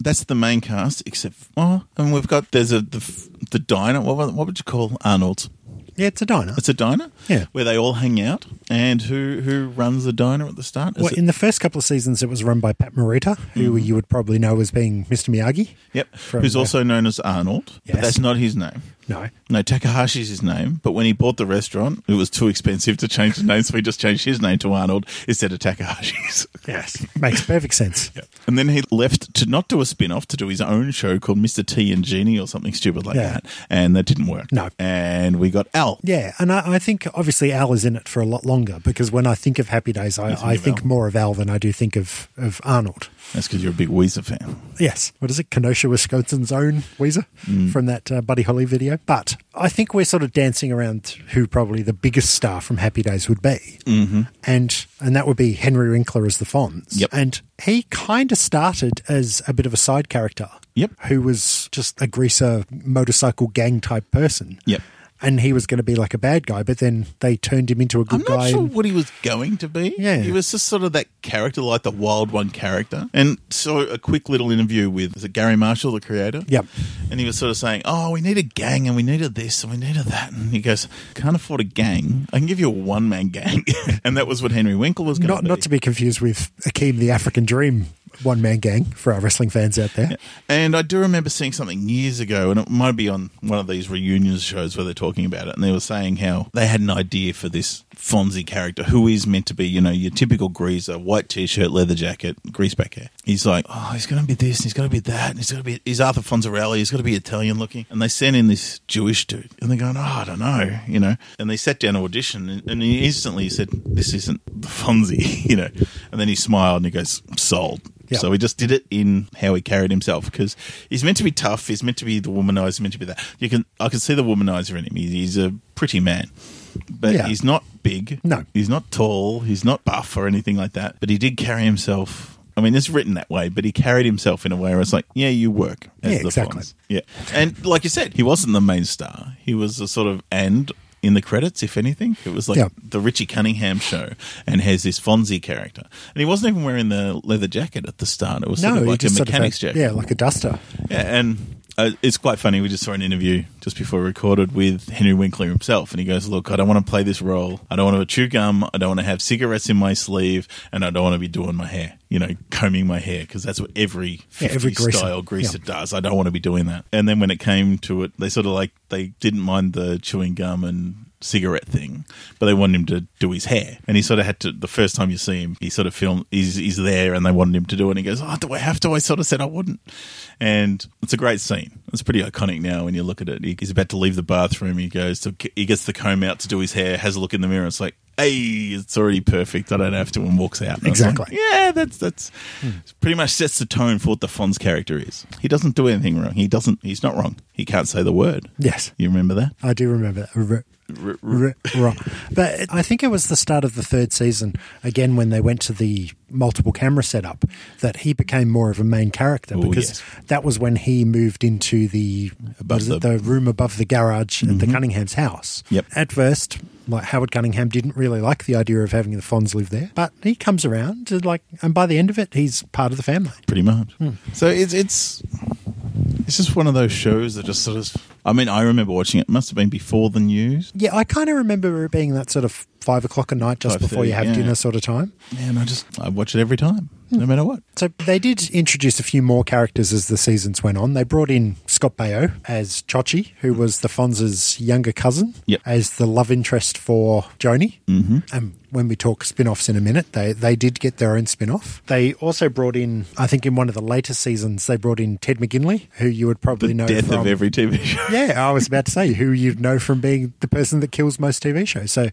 [SPEAKER 1] That's the main cast, except oh, and we've got there's a the, the diner. What, what would you call Arnold's?
[SPEAKER 2] Yeah, it's a diner.
[SPEAKER 1] It's a diner,
[SPEAKER 2] Yeah.
[SPEAKER 1] where they all hang out. And who who runs the diner at the start? Is
[SPEAKER 2] Well,
[SPEAKER 1] it-
[SPEAKER 2] in the first couple of seasons, it was run by Pat Morita, who
[SPEAKER 1] Mm-hmm.
[SPEAKER 2] you would probably know as being Mr. Miyagi.
[SPEAKER 1] yep,
[SPEAKER 2] from,
[SPEAKER 1] who's
[SPEAKER 2] uh,
[SPEAKER 1] also known as Arnold, but
[SPEAKER 2] Yes.
[SPEAKER 1] that's not his name.
[SPEAKER 2] No.
[SPEAKER 1] No, Takahashi's his name. But when he bought the restaurant, it was too expensive to change the name, so he just changed his name to Arnold instead of Takahashi's.
[SPEAKER 2] Yes. Makes perfect sense.
[SPEAKER 1] And then he left to not do a spin off, to do his own show called Mr. T and Genie or something stupid like
[SPEAKER 2] Yeah.
[SPEAKER 1] that. And that didn't work.
[SPEAKER 2] No.
[SPEAKER 1] And we got Al.
[SPEAKER 2] Yeah, and I, I think obviously Al is in it for a lot longer because when I think of Happy Days, I, I
[SPEAKER 1] of
[SPEAKER 2] think
[SPEAKER 1] Al.
[SPEAKER 2] more of Al than I do think of, of Arnold.
[SPEAKER 1] That's because you're a big Weezer fan.
[SPEAKER 2] Yes. What is it? Kenosha, Wisconsin's own Weezer
[SPEAKER 1] Mm.
[SPEAKER 2] from that uh, Buddy Holly video. But I think we're sort of dancing around who probably the biggest star from Happy Days would be. Mm-hmm. And and that would be Henry Winkler as the Fonz.
[SPEAKER 1] Yep.
[SPEAKER 2] And he kind of started as a bit of a side character.
[SPEAKER 1] Yep.
[SPEAKER 2] Who was just a greaser motorcycle gang type person.
[SPEAKER 1] Yep.
[SPEAKER 2] and he was going to be like a bad guy, but then they turned him into a good
[SPEAKER 1] I'm not
[SPEAKER 2] guy.
[SPEAKER 1] sure
[SPEAKER 2] and-
[SPEAKER 1] what he was going to be.
[SPEAKER 2] Yeah.
[SPEAKER 1] He was just sort of that character, like the wild one character. And so a quick little interview with is it Gary Marshall, the creator?
[SPEAKER 2] Yep.
[SPEAKER 1] And he was sort of saying, Oh, we need a gang and we need a this and we need a that. And he goes, Can't afford a gang. I can give you a one man gang. and that was what Henry Winkle was going
[SPEAKER 2] not
[SPEAKER 1] to be.
[SPEAKER 2] not to be confused with Akeem the African Dream one man gang for our wrestling fans out there.
[SPEAKER 1] And I do remember seeing something years ago, and it might be on one of these reunions shows where they're talking about it, and they were saying how they had an idea for this Fonzie character, who is meant to be, you know, your typical greaser, white t-shirt, leather jacket, greaseback hair. He's like, oh, he's going to be this, and he's going to be that, and he's going to be, he's Arthur Fonzarelli, he's going to be Italian looking. And they sent in this Jewish dude, and they're going, oh, I don't know, you know. And they sat down to audition, and, and he instantly said, this isn't the Fonzie, you know. And then he smiled, and he goes, sold.
[SPEAKER 2] Yeah.
[SPEAKER 1] So he just did it in how he carried himself because he's meant to be tough. He's meant to be the womanizer. He's meant to be that. You can I can see the womanizer in him. He's, he's a pretty man, but
[SPEAKER 2] Yeah.
[SPEAKER 1] he's not big.
[SPEAKER 2] No.
[SPEAKER 1] he's not tall. He's not buff or anything like that. But he did carry himself. I mean, it's written that way, but he carried himself in a way where it's like, yeah, you work. As
[SPEAKER 2] Yeah,
[SPEAKER 1] the
[SPEAKER 2] exactly.
[SPEAKER 1] Fonz. Yeah, and like you said, he wasn't the main star. He was a sort of and. In the credits, if anything, it was like
[SPEAKER 2] Yeah.
[SPEAKER 1] the Richie Cunningham show and has this Fonzie character. And he wasn't even wearing the leather jacket at the start. It was sort
[SPEAKER 2] No,
[SPEAKER 1] of
[SPEAKER 2] he
[SPEAKER 1] like a
[SPEAKER 2] just sort of
[SPEAKER 1] mechanic's
[SPEAKER 2] had-
[SPEAKER 1] jacket.
[SPEAKER 2] yeah, like a duster.
[SPEAKER 1] Yeah, and uh, it's quite funny. We just saw an interview just before we recorded with Henry Winkler himself, and he goes, "Look, I don't want to play this role. I don't want to chew gum. I don't want to have cigarettes in my sleeve, and I don't want to be doing my hair. You know, combing my hair because that's what every 50
[SPEAKER 2] Yeah, every greaser.
[SPEAKER 1] style greaser
[SPEAKER 2] Yeah.
[SPEAKER 1] does. I don't want to be doing that." And then when it came to it, they sort of like they didn't mind the chewing gum and cigarette thing but they wanted him to do his hair and he sort of had to the first time you see him he sort of filmed he's, he's there and they wanted him to do it and he goes oh do I have to I sort of said I wouldn't and it's a great scene it's pretty iconic now when you look at it He- he's about to leave the bathroom he goes to he gets the comb out to do his hair has a look in the mirror it's like hey it's already perfect I don't have to and walks out And I was like,
[SPEAKER 2] Exactly.
[SPEAKER 1] yeah that's that's pretty much sets the tone for what the Fonz character is he doesn't do anything wrong he doesn't he's not wrong he can't say the word
[SPEAKER 2] Yes,
[SPEAKER 1] you remember that
[SPEAKER 2] I do remember that. R- r- wrong. But it- I think it was the start of the third season, again, when they went to the multiple camera setup, that he became more of a main character
[SPEAKER 1] Oh,
[SPEAKER 2] because
[SPEAKER 1] yes.
[SPEAKER 2] that was when he moved into the,
[SPEAKER 1] Above
[SPEAKER 2] was it
[SPEAKER 1] the- Mm-hmm.
[SPEAKER 2] the room above the garage at the Cunningham's house.
[SPEAKER 1] Yep.
[SPEAKER 2] At first, like Howard Cunningham didn't really like the idea of having the Fonz live there, but he comes around, to like, and by the end of it, he's part of the family.
[SPEAKER 1] pretty much.
[SPEAKER 2] Hmm.
[SPEAKER 1] So it's it's it's just one of those shows that just sort of. I mean, I remember watching it. it must have been before the news,
[SPEAKER 2] Yeah, I kind of remember it being that sort of five o'clock at night, just
[SPEAKER 1] 5:30,
[SPEAKER 2] before you have
[SPEAKER 1] yeah.
[SPEAKER 2] dinner, sort of time.
[SPEAKER 1] and I just I watch it every time,
[SPEAKER 2] Hmm.
[SPEAKER 1] no matter what.
[SPEAKER 2] So they did introduce a few more characters as the seasons went on. They brought in Scott Baio as Chochi, who was the Fonz's younger cousin,
[SPEAKER 1] Mm-hmm. Yep.
[SPEAKER 2] as the love interest for Joni. Mm-hmm. And when we talk spin-offs in a minute, they they did get their own spin-off. They also brought in, I think, in one of the later seasons, they brought in Ted McGinley, who you would probably know
[SPEAKER 1] Death
[SPEAKER 2] from
[SPEAKER 1] of every TV show.
[SPEAKER 2] yeah, I was about to say who you know from being the person that kills most TV shows. So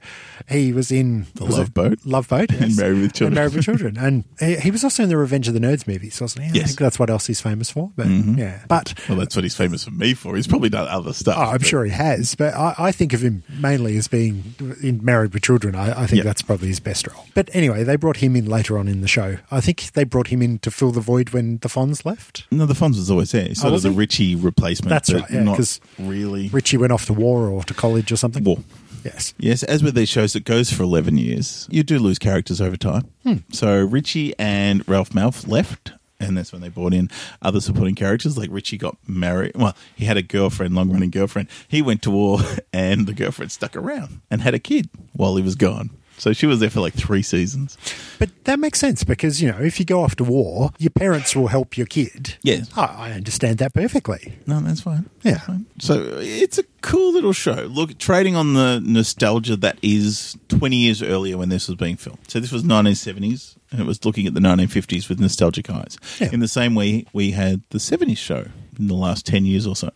[SPEAKER 2] he was in The
[SPEAKER 1] Love Boat.
[SPEAKER 2] Love Boat, yes.
[SPEAKER 1] And Married with Children.
[SPEAKER 2] and Married with Children, and he, he was also in the Revenge of the Nerds movies, wasn't he? I
[SPEAKER 1] Yes. Mm-hmm.
[SPEAKER 2] think that's what else he's famous for. But yeah, but
[SPEAKER 1] Well, that's what he's famous for me for. He's probably done other stuff.
[SPEAKER 2] oh, I'm
[SPEAKER 1] but-
[SPEAKER 2] sure he has. But I, I think of him mainly as being in Married with Children. I, I think
[SPEAKER 1] Yeah.
[SPEAKER 2] that's probably his best role. But anyway, they brought him in later on in the show. I think they brought him in to fill the void when the Fonz left.
[SPEAKER 1] No, the Fonz was always there. He's sort
[SPEAKER 2] Oh,
[SPEAKER 1] of
[SPEAKER 2] was
[SPEAKER 1] the
[SPEAKER 2] he?
[SPEAKER 1] Richie replacement.
[SPEAKER 2] That's
[SPEAKER 1] but
[SPEAKER 2] right, yeah,
[SPEAKER 1] not
[SPEAKER 2] 'cause
[SPEAKER 1] really.
[SPEAKER 2] Richie went off to war or to college or something.
[SPEAKER 1] War.
[SPEAKER 2] Yes.
[SPEAKER 1] Yes, as with these shows, it goes for 11 years. You do lose characters over time. So Richie and Ralph Mouth left, and that's when they brought in other supporting characters. Like Richie got married. Well, he had a girlfriend, long running girlfriend. He went to war, and the girlfriend stuck around and had a kid while he was gone. So she was there for like three seasons.
[SPEAKER 2] But that makes sense because, you know, if you go off to war, your parents will help your kid.
[SPEAKER 1] Yes.
[SPEAKER 2] I, I understand that perfectly.
[SPEAKER 1] No, that's fine.
[SPEAKER 2] Yeah.
[SPEAKER 1] That's fine. So it's a cool little show. Look, trading on the nostalgia that is 20 years earlier when this was being filmed. So this was 1970s, and it was looking at the 1950s with nostalgic eyes.
[SPEAKER 2] Yeah.
[SPEAKER 1] In the same way we had the 70s show in the last 10 years or so.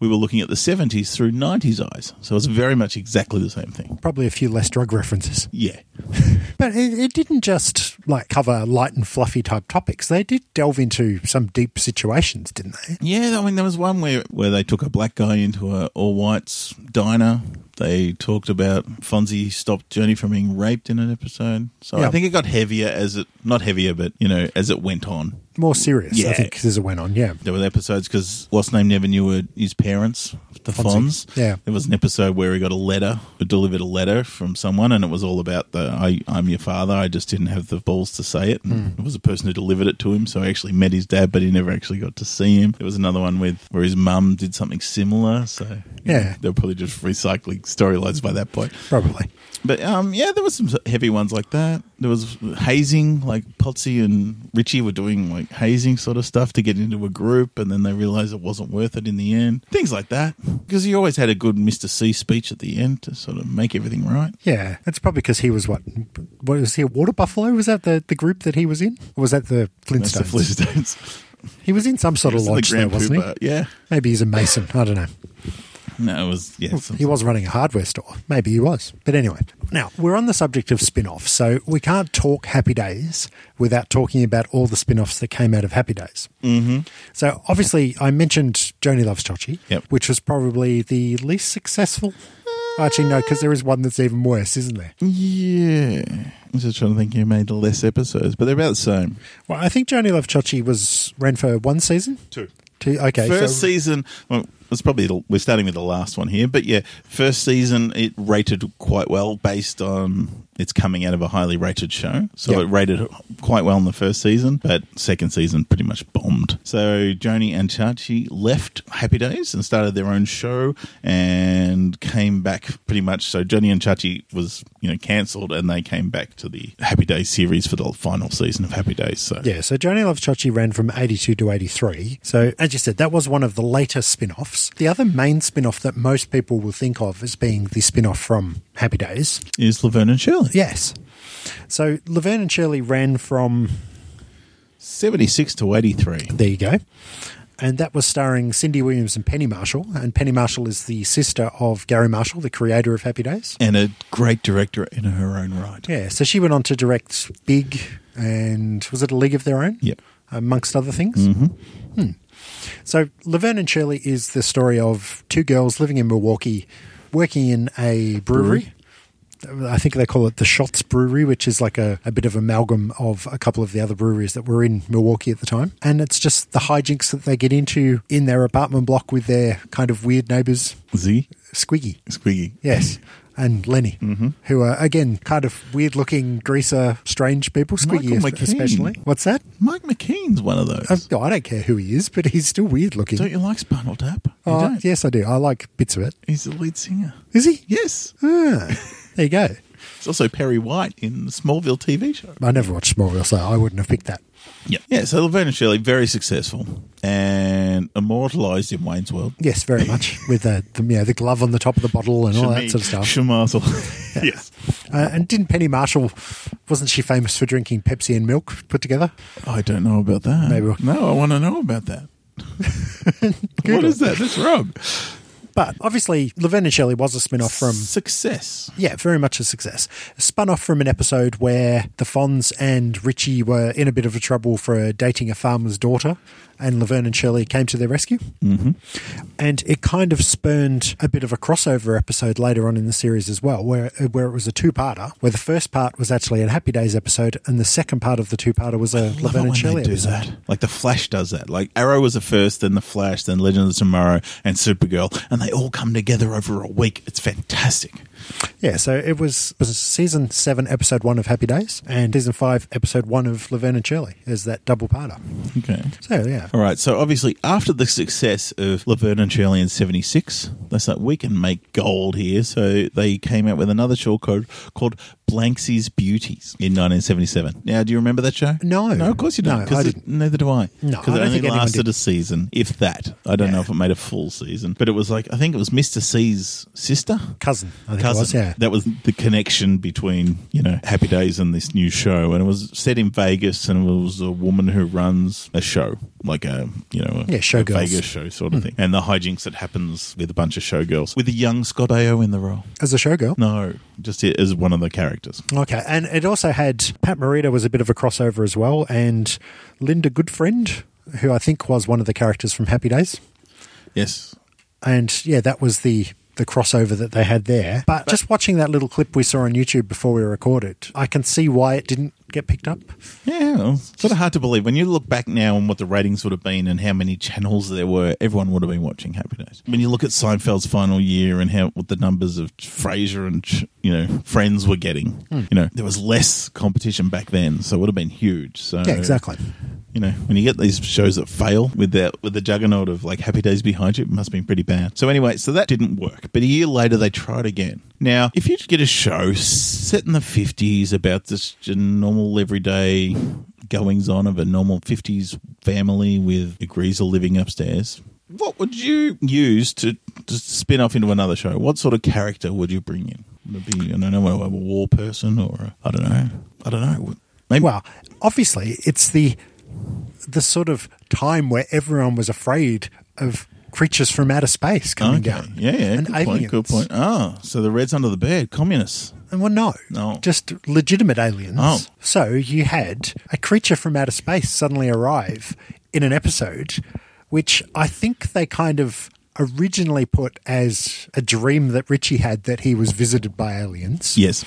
[SPEAKER 1] We were looking at the 70s through 90s eyes. So it's very much exactly the same thing.
[SPEAKER 2] Probably a few less drug references.
[SPEAKER 1] Yeah.
[SPEAKER 2] But it, it didn't just like cover light and fluffy type topics. They did delve into some deep situations, didn't they?
[SPEAKER 1] Yeah, I mean, there was one where, where they took a black guy into a all whites diner They talked about Fonzie stopped Journey from being raped in an episode. So
[SPEAKER 2] Yeah.
[SPEAKER 1] I think it got heavier as it, not heavier, but, you know, as it went on.
[SPEAKER 2] More serious, I
[SPEAKER 1] Yeah.
[SPEAKER 2] think, as it went on. Yeah.
[SPEAKER 1] There were episodes because what's name never knew her, his parents, the
[SPEAKER 2] Fonzie.
[SPEAKER 1] Fonz.
[SPEAKER 2] Yeah.
[SPEAKER 1] there was an episode where he got a letter, or delivered a letter from someone, and it was all about the I, "I'm your father." I just didn't have the balls to say it. And
[SPEAKER 2] Hmm.
[SPEAKER 1] It was a person who delivered it to him, so I actually met his dad, but he never actually got to see him. There was another one with where his mum did something similar. So you
[SPEAKER 2] Yeah.
[SPEAKER 1] know, they were probably just recycling storylines by that point.
[SPEAKER 2] Probably.
[SPEAKER 1] But um, yeah, there was some heavy ones like that. There was hazing, like Potsy and Richie were doing like hazing sort of stuff to get into a group, and then they realized it wasn't worth it in the end. Things like that, because he always had a good Mister C speech at the end to sort of make everything right.
[SPEAKER 2] Yeah. That's probably because he was what? What was he? A water buffalo? Was that the, the group that he was in? Or was that the
[SPEAKER 1] That's the
[SPEAKER 2] Flintstones?
[SPEAKER 1] Flintstones.
[SPEAKER 2] he was in some sort of
[SPEAKER 1] It's the
[SPEAKER 2] lodge there,
[SPEAKER 1] Grand
[SPEAKER 2] wasn't he?
[SPEAKER 1] Poobah, Yeah,
[SPEAKER 2] Maybe he's a mason. I don't know.
[SPEAKER 1] no, it was yeah. some-
[SPEAKER 2] He was running a hardware store. Maybe he was. But anyway, now we're on the subject of spin offs. So we can't talk Happy Days without talking about all the spin offs that came out of Happy Days. Mm-hmm. So obviously, I mentioned Joni Loves Chachi,
[SPEAKER 1] Yep.
[SPEAKER 2] which was probably the least successful. Actually, no, because there is one that's even worse, isn't there?
[SPEAKER 1] yeah. I'm just trying to think who made less episodes, but they're about the same.
[SPEAKER 2] Well, I think Joni Loves Chachi was ran for one season.
[SPEAKER 1] Two.
[SPEAKER 2] Two. Okay.
[SPEAKER 1] first
[SPEAKER 2] so-
[SPEAKER 1] season well it's probably the, we're starting with the last one here but yeah first season it rated quite well based on it's coming out of a highly rated show so
[SPEAKER 2] Yeah.
[SPEAKER 1] it rated quite well in the first season but second season pretty much bombed so joni and chachi left happy days and started their own show and came back pretty much so joni and chachi was you know cancelled and they came back to the happy days series for the final season of happy days so
[SPEAKER 2] Yeah, so Joni Loves Chachi ran from 82 to 83. So, as you said, that was one of the later spin offs. The other main spin off that most people will think of as being the spin off from Happy Days.
[SPEAKER 1] is laverne and shirley
[SPEAKER 2] Yes. So, Laverne and Shirley ran from
[SPEAKER 1] 76 to 83
[SPEAKER 2] There you go. And that was starring Cindy Williams and Penny Marshall. And Penny Marshall is the sister of Gary Marshall, the creator of Happy Days.
[SPEAKER 1] and a great director in her own right.
[SPEAKER 2] Yeah, so she went on to direct Big and was it A League of Their Own?
[SPEAKER 1] Yeah.
[SPEAKER 2] Amongst other things. Mm-hmm. So Laverne and Shirley is the story of two girls living in Milwaukee, working in a brewery. I think they call it the Shots Brewery, which is like a, a bit of amalgam of a couple of the other breweries that were in Milwaukee at the time. And it's just the hijinks that they get into in their apartment block with their kind of weird neighbors,
[SPEAKER 1] Z
[SPEAKER 2] Squiggy.
[SPEAKER 1] Squiggy.
[SPEAKER 2] Yes. And Lenny,
[SPEAKER 1] Mm-hmm.
[SPEAKER 2] who are again kind of weird-looking, greaser, strange people, Squiggy
[SPEAKER 1] Michael McKean.
[SPEAKER 2] especially. What's that?
[SPEAKER 1] Mike McKean's one of those.
[SPEAKER 2] Oh, God, I don't care who he is, but he's still weird-looking.
[SPEAKER 1] don't you like Spinal Tap? You
[SPEAKER 2] oh,
[SPEAKER 1] don't?
[SPEAKER 2] yes, I do. I like bits of it.
[SPEAKER 1] He's the lead singer.
[SPEAKER 2] Is he?
[SPEAKER 1] Yes.
[SPEAKER 2] Ah, there you go.
[SPEAKER 1] It's also Perry White in the Smallville TV show.
[SPEAKER 2] I never watched Smallville, so I wouldn't have picked that.
[SPEAKER 1] Yeah. Yeah, so Laverne and Shirley, very successful and immortalized in Wayne's World.
[SPEAKER 2] Yes, very much with the, the you know, the glove on the top of the bottle and all that sort of stuff.
[SPEAKER 1] Shemazel. yes.
[SPEAKER 2] Uh, and didn't Penny Marshall? Wasn't she famous for drinking Pepsi and milk put together?
[SPEAKER 1] I don't know about that.
[SPEAKER 2] Maybe we'll-
[SPEAKER 1] No, I want to know about that.
[SPEAKER 2] Good.
[SPEAKER 1] What is that? That's wrong.
[SPEAKER 2] But obviously, Laverne and Shirley was a spin-off from
[SPEAKER 1] Success.
[SPEAKER 2] Yeah, very much a success. Spun off from an episode where the Fonz and Richie were in a bit of a trouble for dating a farmer's daughter, and Laverne and Shirley came to their rescue. Mm-hmm. And it kind of spurned a bit of a crossover episode later on in the series as well, where where it was a two-parter, where the first part was actually a Happy Days episode, and the second part of the two-parter was a
[SPEAKER 1] Love it
[SPEAKER 2] Laverne
[SPEAKER 1] when
[SPEAKER 2] and Shirley
[SPEAKER 1] they do
[SPEAKER 2] episode.
[SPEAKER 1] that. Like the Flash does that. Like Arrow was the first, then the Flash, then Legend of Tomorrow, and Supergirl, and they all come together over a week. It's fantastic.
[SPEAKER 2] Yeah, so it was was season seven, episode one of Happy Days, and season five, episode one of Laverne and Shirley is that double-parter.
[SPEAKER 1] Okay.
[SPEAKER 2] So yeah,
[SPEAKER 1] All right. So obviously, after the success of Laverne and Shirley in '76, they said we can make gold here. So they came out with another show called called Blanksy's Beauties in 1977. Now, do you remember that show?
[SPEAKER 2] No.
[SPEAKER 1] No, of course you don't.
[SPEAKER 2] No,
[SPEAKER 1] 'cause
[SPEAKER 2] I
[SPEAKER 1] it-
[SPEAKER 2] didn't.
[SPEAKER 1] Neither do I.
[SPEAKER 2] No, I
[SPEAKER 1] because it
[SPEAKER 2] don't
[SPEAKER 1] only
[SPEAKER 2] think anyone
[SPEAKER 1] lasted
[SPEAKER 2] did.
[SPEAKER 1] a season, if that. I don't know if it made a full season, but it was like I think it was Mr. C's sister,
[SPEAKER 2] cousin, I think
[SPEAKER 1] cousin.
[SPEAKER 2] it was. Yeah,
[SPEAKER 1] That was the connection between you know Happy Days and this new show, and it was set in Vegas, and it was a woman who runs a show, like a you know a,
[SPEAKER 2] Yeah,
[SPEAKER 1] a
[SPEAKER 2] showgirls. Hmm.
[SPEAKER 1] Vegas show sort of thing, and the hijinks that happens with a bunch of showgirls with a young Scott Ayo in the role.
[SPEAKER 2] as a showgirl.
[SPEAKER 1] No, just it as one of the characters.
[SPEAKER 2] Okay, and it also had Pat Morita was a bit of a crossover as well, and Linda Goodfriend, who I think was one of the characters from Happy Days,
[SPEAKER 1] Yes.
[SPEAKER 2] and yeah, that was the the crossover that they had there. But, just watching that little clip we saw on YouTube before we recorded, I can see why it didn't get picked up.
[SPEAKER 1] Yeah, well, it's sort of hard to believe. When you look back now on what the ratings would have been and how many channels there were, everyone would have been watching Happy Days. When you look at Seinfeld's final year and how what the numbers of Frasier and you know Friends were getting,
[SPEAKER 2] Hmm.
[SPEAKER 1] you know there was less competition back then, so it would have been huge. So
[SPEAKER 2] Yeah, exactly.
[SPEAKER 1] You know when you get these shows that fail with that with the juggernaut of like Happy Days behind you, it must have been pretty bad. So anyway, so that didn't work. But a year later, they tried again. Now, if you get a show set in the fifties about this j- normal everyday goings on of a normal fifties family with a greaser living upstairs. What would you use to, to spin off into another show? What sort of character would you bring in? Would it be, I don't know, a war person or a, I don't know. I don't know. Maybe
[SPEAKER 2] Well, obviously, it's the the sort of time where everyone was afraid of creatures from outer space coming down.
[SPEAKER 1] Yeah, yeah.
[SPEAKER 2] and
[SPEAKER 1] Good
[SPEAKER 2] aliens.
[SPEAKER 1] point. Good point. Ah, so the Reds under the bed, communists.
[SPEAKER 2] And well, no,
[SPEAKER 1] No.
[SPEAKER 2] just legitimate aliens.
[SPEAKER 1] Oh.
[SPEAKER 2] So you had a creature from outer space suddenly arrive in an episode, which I think they kind of originally put as a dream that Richie had that he was visited by aliens.
[SPEAKER 1] Yes.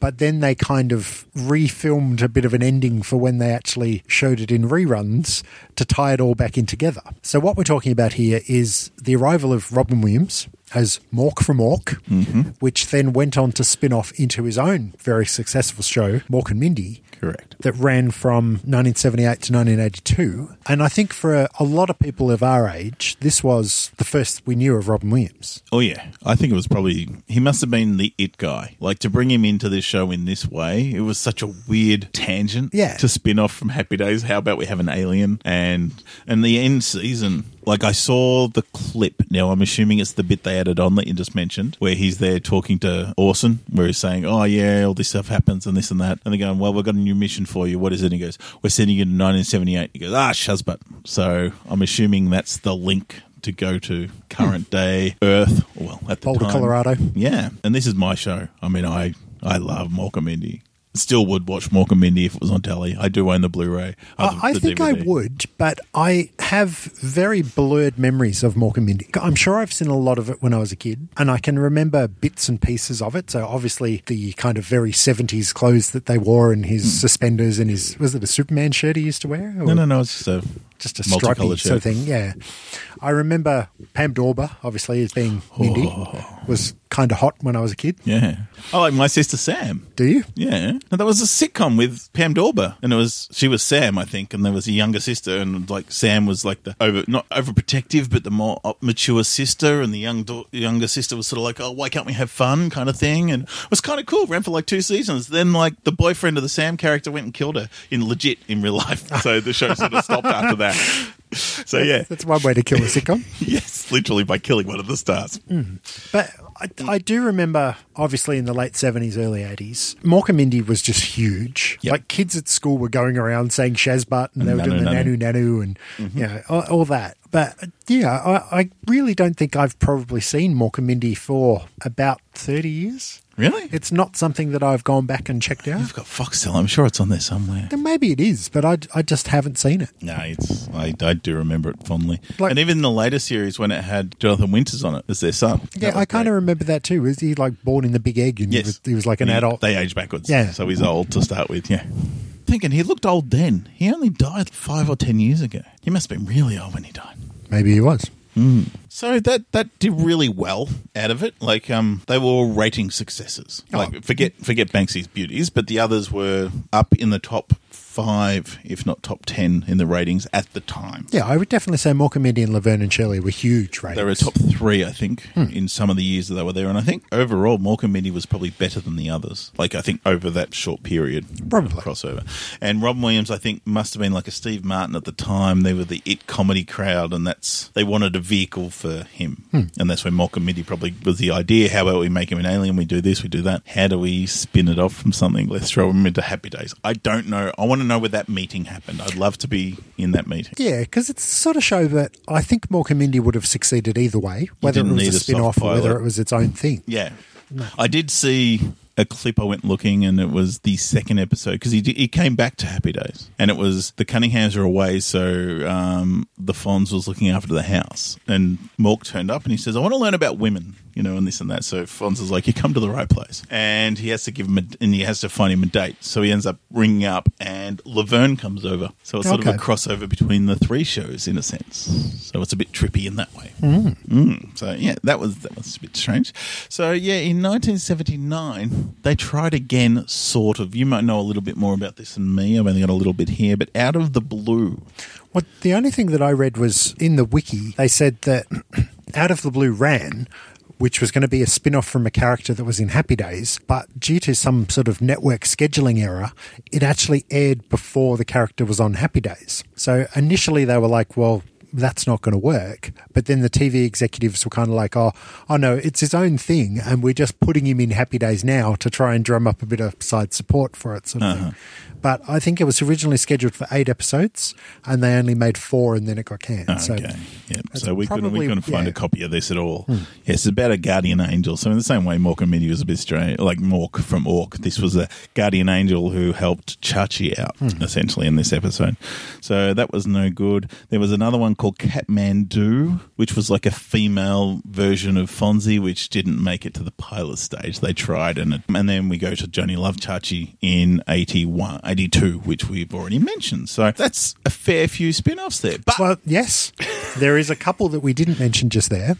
[SPEAKER 2] But then they kind of refilmed a bit of an ending for when they actually showed it in reruns to tie it all back in together. So, what we're talking about here is the arrival of Robin Williams as Mork from Mork,
[SPEAKER 1] Mm-hmm.
[SPEAKER 2] which then went on to spin off into his own very successful show, Mork and Mindy,
[SPEAKER 1] Correct.
[SPEAKER 2] that ran from 1978 to 1982. And I think for a, a lot of people of our age, this was the first we knew of Robin Williams.
[SPEAKER 1] Oh yeah, I think it was probably he must have been the it guy. Like to bring him into this show in this way, it was such a weird tangent.
[SPEAKER 2] Yeah.
[SPEAKER 1] to spin off from Happy Days. How about we have an alien and and the end season? Like I saw the clip. Now I'm assuming it's the bit they added on that you just mentioned, where he's there talking to Orson, where he's saying, "Oh yeah, all this stuff happens and this and that," and they're going, "Well, we've got a new mission for you. What is it?" And he goes, "We're sending you to 1978." He goes, "Ah, shazbut." So I'm assuming that's the link to go to current day Earth. Well, at the
[SPEAKER 2] Hmm. Boulder,
[SPEAKER 1] time.
[SPEAKER 2] Colorado.
[SPEAKER 1] Yeah, and this is my show. I mean, I I love Morecambe Indy. Still would watch Morecambe Indy if it was on telly. I do own the Blu-ray.
[SPEAKER 2] I, Uh, I
[SPEAKER 1] the
[SPEAKER 2] think I
[SPEAKER 1] DVD.
[SPEAKER 2] would, but I have very blurred memories of Morecambe Mindy. I'm sure I've seen a lot of it when I was a kid, and I can remember bits and pieces of it. So obviously, the kind of very 70s clothes that they wore and his suspenders and his was it a Superman shirt he used to wear? Or
[SPEAKER 1] Hmm. No, no, no. It's just a
[SPEAKER 2] Just a stripy
[SPEAKER 1] multicolored
[SPEAKER 2] sort of thing, yeah. I remember Pam Dorber, obviously, as being Mindy,
[SPEAKER 1] Oh.
[SPEAKER 2] was kind of hot when I was a kid.
[SPEAKER 1] Yeah. I like my sister Sam.
[SPEAKER 2] Do you?
[SPEAKER 1] Yeah. No, that was a sitcom with Pam Dorber. And it was she was Sam, I think, and there was a younger sister and like Sam was like the over not overprotective but the more up- mature sister and the young dau- younger sister was sort of like, "Oh, why can't we have fun?" kind of thing and it was kind of cool. Ran for like two seasons. Then like the boyfriend of the Sam character went and killed her in legit in real life. So the show sort of stopped after that. So yeah.
[SPEAKER 2] That's one way to kill a sitcom.
[SPEAKER 1] Yes, literally by killing one of the stars.
[SPEAKER 2] But I, I do remember, obviously, in the late 70s, early 80s, Morecambe Indy was just huge.
[SPEAKER 1] Yep.
[SPEAKER 2] Like, kids at school were going around saying Shazbut and, they were
[SPEAKER 1] Nanu
[SPEAKER 2] doing the
[SPEAKER 1] Nanu.
[SPEAKER 2] Nanu Nanu and,
[SPEAKER 1] Mm-hmm.
[SPEAKER 2] you know, all, all that. But, uh, yeah, I, I really don't think I've probably seen Morecambe Indy for about 30 years.
[SPEAKER 1] Really?
[SPEAKER 2] It's not something that I've gone back and checked out.
[SPEAKER 1] I've got Foxtel. I'm sure it's on there somewhere.
[SPEAKER 2] And maybe it is, but I, I just haven't seen it.
[SPEAKER 1] No, it's I, I do remember it fondly.
[SPEAKER 2] Like-
[SPEAKER 1] and even in the later series when it had Jonathan Winters on it as their son.
[SPEAKER 2] Yeah, I kind of remember that too. Was he like born in the big egg and he,
[SPEAKER 1] Yes.
[SPEAKER 2] was, he was like an adult?
[SPEAKER 1] They age backwards.
[SPEAKER 2] Yeah.
[SPEAKER 1] So he's old to start with, yeah. Thinking he looked old then. He only died five or ten years ago. He must have been really old when he died.
[SPEAKER 2] maybe he was.
[SPEAKER 1] So that that did really well out of it. Like um, they were all rating successes.
[SPEAKER 2] Oh.
[SPEAKER 1] Like forget forget Banksy's beauties, but the others were up in the top five, if not top ten, in the ratings at the time.
[SPEAKER 2] Yeah, I would definitely say Morecambe Indy and Laverne and Shirley were huge ratings. Hmm.
[SPEAKER 1] They were top three, I think, in some of the years that they were there. And I think overall, Morecambe Mindy was probably better than the others. Like, I think over that short period.
[SPEAKER 2] Probably.
[SPEAKER 1] of Crossover. And Robin Williams, I think, must have been like a Steve Martin at the time. They were the it comedy crowd, and that's they wanted a vehicle for him.
[SPEAKER 2] Hmm.
[SPEAKER 1] And that's where Morecambe Mindy probably was the idea. How about we make him an alien? We do this, we do that. How do we spin it off from something? Let's throw him into Happy Days. I don't know. I want to know where that meeting happened. I'd love to be in that meeting.
[SPEAKER 2] Yeah, because it's the sort of show that I think Morecambe Indy would have succeeded either way, whether it
[SPEAKER 1] didn't
[SPEAKER 2] was
[SPEAKER 1] need
[SPEAKER 2] a
[SPEAKER 1] a
[SPEAKER 2] spin off
[SPEAKER 1] soft
[SPEAKER 2] or whether
[SPEAKER 1] pilot.
[SPEAKER 2] it was its own thing.
[SPEAKER 1] Yeah. I did see a clip I went looking and it was the second episode because he, did- he came back to Happy Days and it was the Cunninghams are away so um, the Fonz was looking after the house and Mork turned up and he says I want to learn about women you know, and this and that. So Fonz like, you come to the right place, and he has to give him, a, and he has to find him a date. So he ends up ringing up, and Laverne comes over. So it's sort of
[SPEAKER 2] Okay.
[SPEAKER 1] a crossover between the three shows in a sense. So it's a bit trippy in that way. Mm. So yeah, that was that was a bit strange. So yeah, in 1979 they tried again, sort of. You might know a little bit more about this than me. I've only got a little bit here, but out of the blue,
[SPEAKER 2] What the only thing that I read was in the wiki, they said that Out of the Blue ran, which was going to be a spin off from a character that was in Happy Days, but due to some sort of network scheduling error, it actually aired before the character was on Happy Days. So initially they were like, well, that's not going to work. But then the TV executives were kind of like, oh, oh no, it's his own thing. And we're just putting him in Happy Days now to try and drum up a bit of side support for it, sort of thing. But I think it was originally scheduled for eight episodes and they only made four and then it got canned. So,
[SPEAKER 1] okay, yeah. So we couldn't we
[SPEAKER 2] probably-
[SPEAKER 1] couldn't find
[SPEAKER 2] yeah. Hmm.
[SPEAKER 1] a copy of this at all. Yes, it's about a guardian angel. So in the same way, Mork and Mindy was a bit strange, like Mork from Orc. This was a guardian angel who helped Chachi out
[SPEAKER 2] Hmm.
[SPEAKER 1] essentially in this episode. So that was no good. There was another one called Catmandu, which was like a female version of Fonzie, which didn't make it to the pilot stage. They tried and it, and then we go to Johnny Love Chachi in 81, 82, which we've already mentioned. So that's a fair few spin-offs there. But
[SPEAKER 2] well, yes, there is a couple that we didn't mention just there.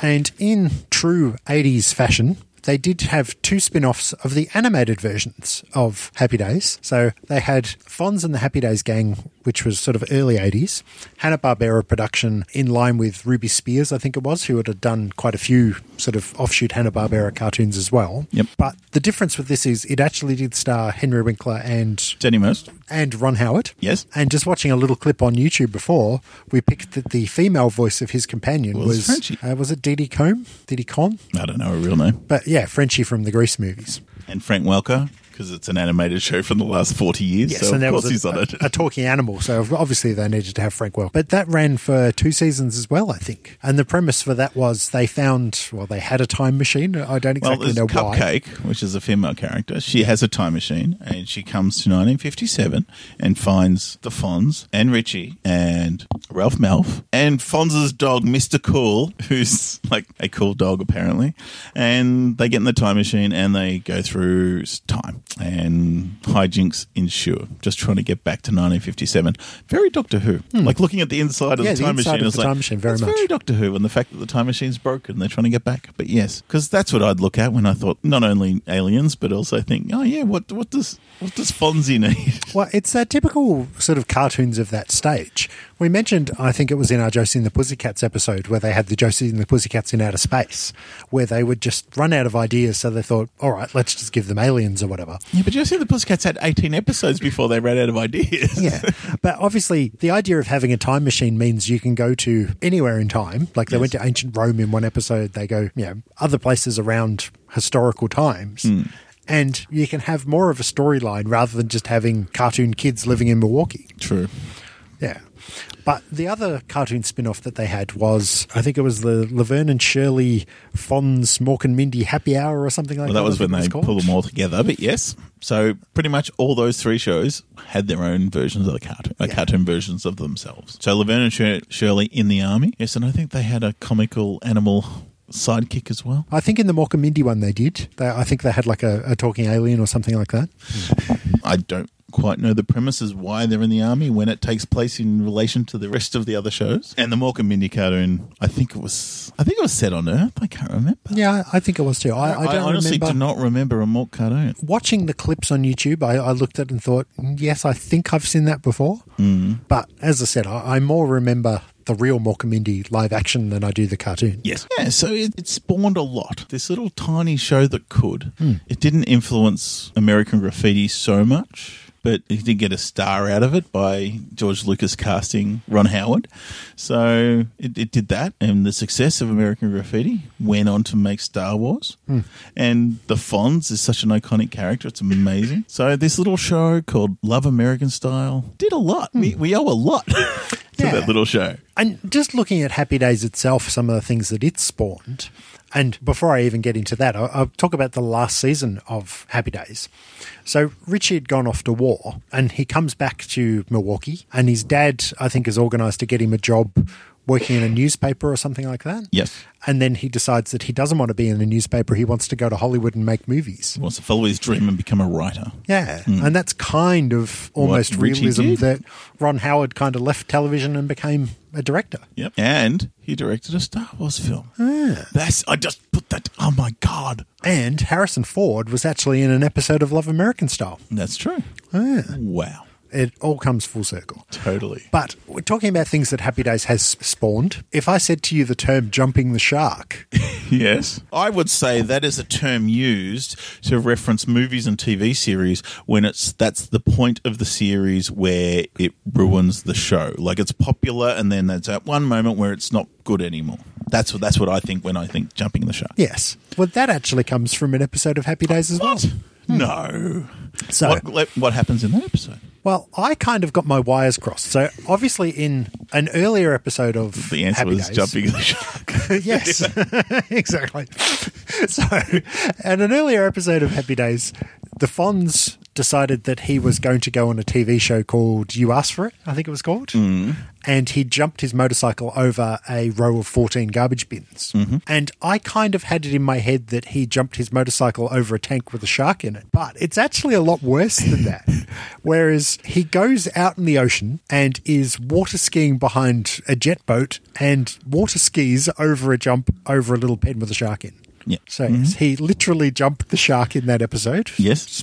[SPEAKER 2] And in true 80s fashion, they did have two spin offs of the animated versions of Happy Days. So they had Fonz and the Happy Days Gang, which was sort of early 80s, Hanna-Barbera production in line with Ruby Spears, I think it was, who had done quite a few sort of offshoot Hanna-Barbera cartoons as well.
[SPEAKER 1] Yep.
[SPEAKER 2] But the difference with this is it actually did star Henry Winkler and
[SPEAKER 1] Jenny Most.
[SPEAKER 2] and Ron Howard.
[SPEAKER 1] Yes.
[SPEAKER 2] And just watching a little clip on YouTube before, we picked that the female voice of his companion
[SPEAKER 1] Was
[SPEAKER 2] was
[SPEAKER 1] Frenchie.
[SPEAKER 2] uh, was it Didi Combe? Didi Combe?
[SPEAKER 1] I don't know her real name.
[SPEAKER 2] But yeah, Frenchie from the Grease movies.
[SPEAKER 1] And Frank Welker, because it's an animated show from the last 40 years. so, of
[SPEAKER 2] there
[SPEAKER 1] course,
[SPEAKER 2] was a,
[SPEAKER 1] he's on it.
[SPEAKER 2] a talking animal. So obviously they needed to have Frank Well. But that ran for two seasons as well, I think. And the premise for that was they found well they had a time machine. I don't
[SPEAKER 1] well,
[SPEAKER 2] exactly
[SPEAKER 1] there's
[SPEAKER 2] know why.
[SPEAKER 1] Cupcake, which is a female character. She has a time machine and she comes to 1957 and finds the Fonz and Richie and Ralph Melf and Fonz's dog, Mr. Cool, who's like a cool dog apparently. And they get in the time machine and they go through s- time and hijinks ensure. Just trying to get back to 1957. Very Doctor Who.
[SPEAKER 2] Hmm.
[SPEAKER 1] Like looking at the inside of
[SPEAKER 2] Yeah,
[SPEAKER 1] the
[SPEAKER 2] the
[SPEAKER 1] time
[SPEAKER 2] inside
[SPEAKER 1] machine.
[SPEAKER 2] of
[SPEAKER 1] is
[SPEAKER 2] the
[SPEAKER 1] like,
[SPEAKER 2] time machine, very
[SPEAKER 1] "That's
[SPEAKER 2] much."
[SPEAKER 1] Doctor Who and the fact that the time machine's broken, they're trying to get back. But yes, because that's what I'd look at when I thought not only aliens, but also think, oh yeah, what what does what does Fonzie need?
[SPEAKER 2] Well, it's that typical sort of cartoons of that stage. We mentioned, I think it was in our Josie and the Pussycats episode, where they had the Josie and the Pussycats in outer space, where they would just run out of ideas. So they thought, all right, let's just give them aliens or whatever.
[SPEAKER 1] Yeah, but you see, the Pussycats had eighteen episodes before they ran out of ideas.
[SPEAKER 2] Yeah. But obviously, the idea of having a time machine means you can go to anywhere in time. Like they went to ancient Rome in one episode, they go, you know, other places around historical times. And you can have more of a storyline rather than just having cartoon kids living in Milwaukee.
[SPEAKER 1] true.
[SPEAKER 2] Yeah. But the other cartoon spin off that they had was, I think it was the Laverne and Shirley Fonz, Mork and Mindy Happy Hour or something like
[SPEAKER 1] Well,
[SPEAKER 2] that.
[SPEAKER 1] that was
[SPEAKER 2] I
[SPEAKER 1] when
[SPEAKER 2] think it
[SPEAKER 1] they
[SPEAKER 2] called.
[SPEAKER 1] pulled them all together. But yes, so pretty much all those three shows had their own versions of the cartoon, uh, cartoon versions of themselves. So Laverne and Shir- Shirley in the army. Yes, and I think they had a comical animal sidekick as well.
[SPEAKER 2] I think in the Mork and Mindy one they did. They, I think they had like a, a talking alien or something like that.
[SPEAKER 1] I don't quite know the premises why they're in the army when it takes place in relation to the rest of the other shows. And the Mork and Mindy cartoon, I think it was, I think it was set on Earth. I can't remember.
[SPEAKER 2] Yeah, I think it was too. I, I don't
[SPEAKER 1] honestly
[SPEAKER 2] remember.
[SPEAKER 1] do not remember a Mork cartoon.
[SPEAKER 2] Watching the clips on YouTube, I, I looked at it and thought, yes, I think I've seen that before. Mm. But as I said, I, I more remember the real Mork and Mindy live action than I do the cartoon.
[SPEAKER 1] Yes. Yeah, so it, it spawned a lot. This little tiny show that could. It didn't influence American graffiti so much. But he did get a star out of it by George Lucas casting Ron Howard. So it, it did that. And the success of American Graffiti went on to make Star Wars. And the Fonz is such an iconic character. It's amazing. So this little show called Love American Style did a lot. We, we owe a lot to
[SPEAKER 2] Yeah.
[SPEAKER 1] that little show.
[SPEAKER 2] And just looking at Happy Days itself, some of the things that it spawned, and before I even get into that, I'll, I'll talk about the last season of Happy Days. So Richie had gone off to war, and he comes back to Milwaukee, and his dad, I think, has organised to get him a job working in a newspaper or something like that.
[SPEAKER 1] Yes.
[SPEAKER 2] And then he decides that he doesn't want to be in a newspaper. He wants to go to Hollywood and make movies.
[SPEAKER 1] He wants to follow his dream and become a writer.
[SPEAKER 2] Yeah. And that's kind of almost
[SPEAKER 1] Hmm. Richie
[SPEAKER 2] realism
[SPEAKER 1] did.
[SPEAKER 2] that Ron Howard kind of left television and became a director.
[SPEAKER 1] Yep. Ah. And he directed a Star Wars film. That's I just put that oh my god.
[SPEAKER 2] And Harrison Ford was actually in an episode of Love American Style. Ah,
[SPEAKER 1] That's true. Wow.
[SPEAKER 2] It all comes full circle.
[SPEAKER 1] Totally.
[SPEAKER 2] But we're talking about things that Happy Days has spawned. If I said to you the term jumping the shark,
[SPEAKER 1] Yes. I would say that is a term used to reference movies and TV series when it's that's the point of the series where it ruins the show. Like it's popular and then there's that one moment where it's not good anymore. That's what that's what I think when I think jumping the shark.
[SPEAKER 2] yes. Well, that actually comes from an episode of Happy Days as well.
[SPEAKER 1] What? No.
[SPEAKER 2] So-
[SPEAKER 1] Hmm. what, le- what happens in that episode?
[SPEAKER 2] Well, I kind of got my wires crossed. So obviously, in an earlier episode of
[SPEAKER 1] The answer
[SPEAKER 2] Happy
[SPEAKER 1] was
[SPEAKER 2] Days,
[SPEAKER 1] jumping the shark.
[SPEAKER 2] yes, exactly. So, in an earlier episode of Happy Days, the Fonz decided that he was going to go on a TV show called You Asked for It, I think it was called. And he jumped his motorcycle over a row of 14 garbage bins. And I kind of had it in my head that he jumped his motorcycle over a tank with a shark in it. But it's actually a lot worse than that. Whereas he goes out in the ocean and is water skiing behind a jet boat and water skis over a jump over a little pen with a shark in.
[SPEAKER 1] Yeah. Mm-hmm.
[SPEAKER 2] So yes, he literally jumped the shark in that episode,
[SPEAKER 1] Yes.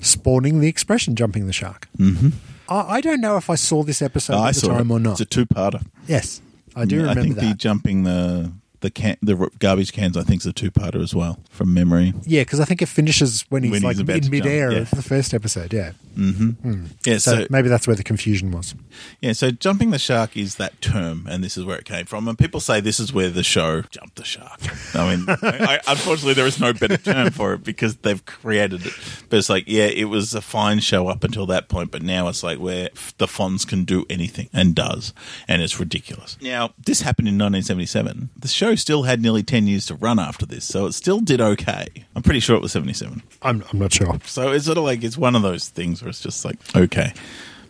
[SPEAKER 2] spawning the expression "jumping the shark." Mm-hmm. I, I don't know if I saw this episode
[SPEAKER 1] Oh, I
[SPEAKER 2] at the
[SPEAKER 1] saw
[SPEAKER 2] time
[SPEAKER 1] it.
[SPEAKER 2] or not.
[SPEAKER 1] It's a two-parter. Mm,
[SPEAKER 2] yes, I do
[SPEAKER 1] I
[SPEAKER 2] remember
[SPEAKER 1] think the
[SPEAKER 2] that.
[SPEAKER 1] jumping the the can the r- garbage cans. I think is a two-parter as well from memory.
[SPEAKER 2] yeah, because I think it finishes when he's
[SPEAKER 1] When he's
[SPEAKER 2] like
[SPEAKER 1] about to
[SPEAKER 2] in
[SPEAKER 1] jump,
[SPEAKER 2] midair
[SPEAKER 1] yeah.
[SPEAKER 2] of the first episode. Yeah,
[SPEAKER 1] Yeah.
[SPEAKER 2] so,
[SPEAKER 1] So,
[SPEAKER 2] maybe that's where the confusion was.
[SPEAKER 1] yeah. So jumping the shark is that term, and this is where it came from. And people say this is where the show jumped the shark. I mean, I, I, unfortunately, there is no better term for it because they've created it. But it's like, yeah, it was a fine show up until that point, but now it's like where f- the Fonz can do anything and does, and it's ridiculous. Now, this happened in 1977. The show still had nearly 10 years to run after this, so it still did okay. I'm pretty sure it was 77.
[SPEAKER 2] I'm, I'm not sure.
[SPEAKER 1] So it's sort of like it's one of those things where it's just like okay,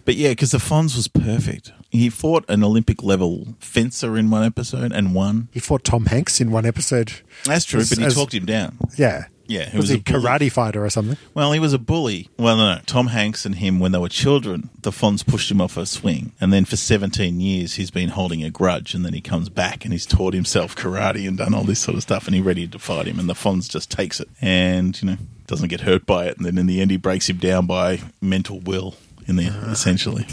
[SPEAKER 1] but yeah, because the Fonz was perfect. He fought an Olympic level fencer in one episode and won.
[SPEAKER 2] He fought Tom Hanks in one episode.
[SPEAKER 1] That's true,
[SPEAKER 2] As-
[SPEAKER 1] but he
[SPEAKER 2] as-
[SPEAKER 1] talked him down.
[SPEAKER 2] Yeah,
[SPEAKER 1] Yeah, who was
[SPEAKER 2] was, he
[SPEAKER 1] a
[SPEAKER 2] a
[SPEAKER 1] bully.
[SPEAKER 2] karate fighter or something?
[SPEAKER 1] Well, he was a bully. Well, no, no. Tom Hanks and him, when they were children, the Fonz pushed him off a swing, and then for seventeen years he's been holding a grudge, and then he comes back and he's taught himself karate and done all this sort of stuff, and he's ready to fight him, and the Fonz just takes it, and you know doesn't get hurt by it, and then in the end he breaks him down by mental will. In the
[SPEAKER 2] Ah.
[SPEAKER 1] essentially.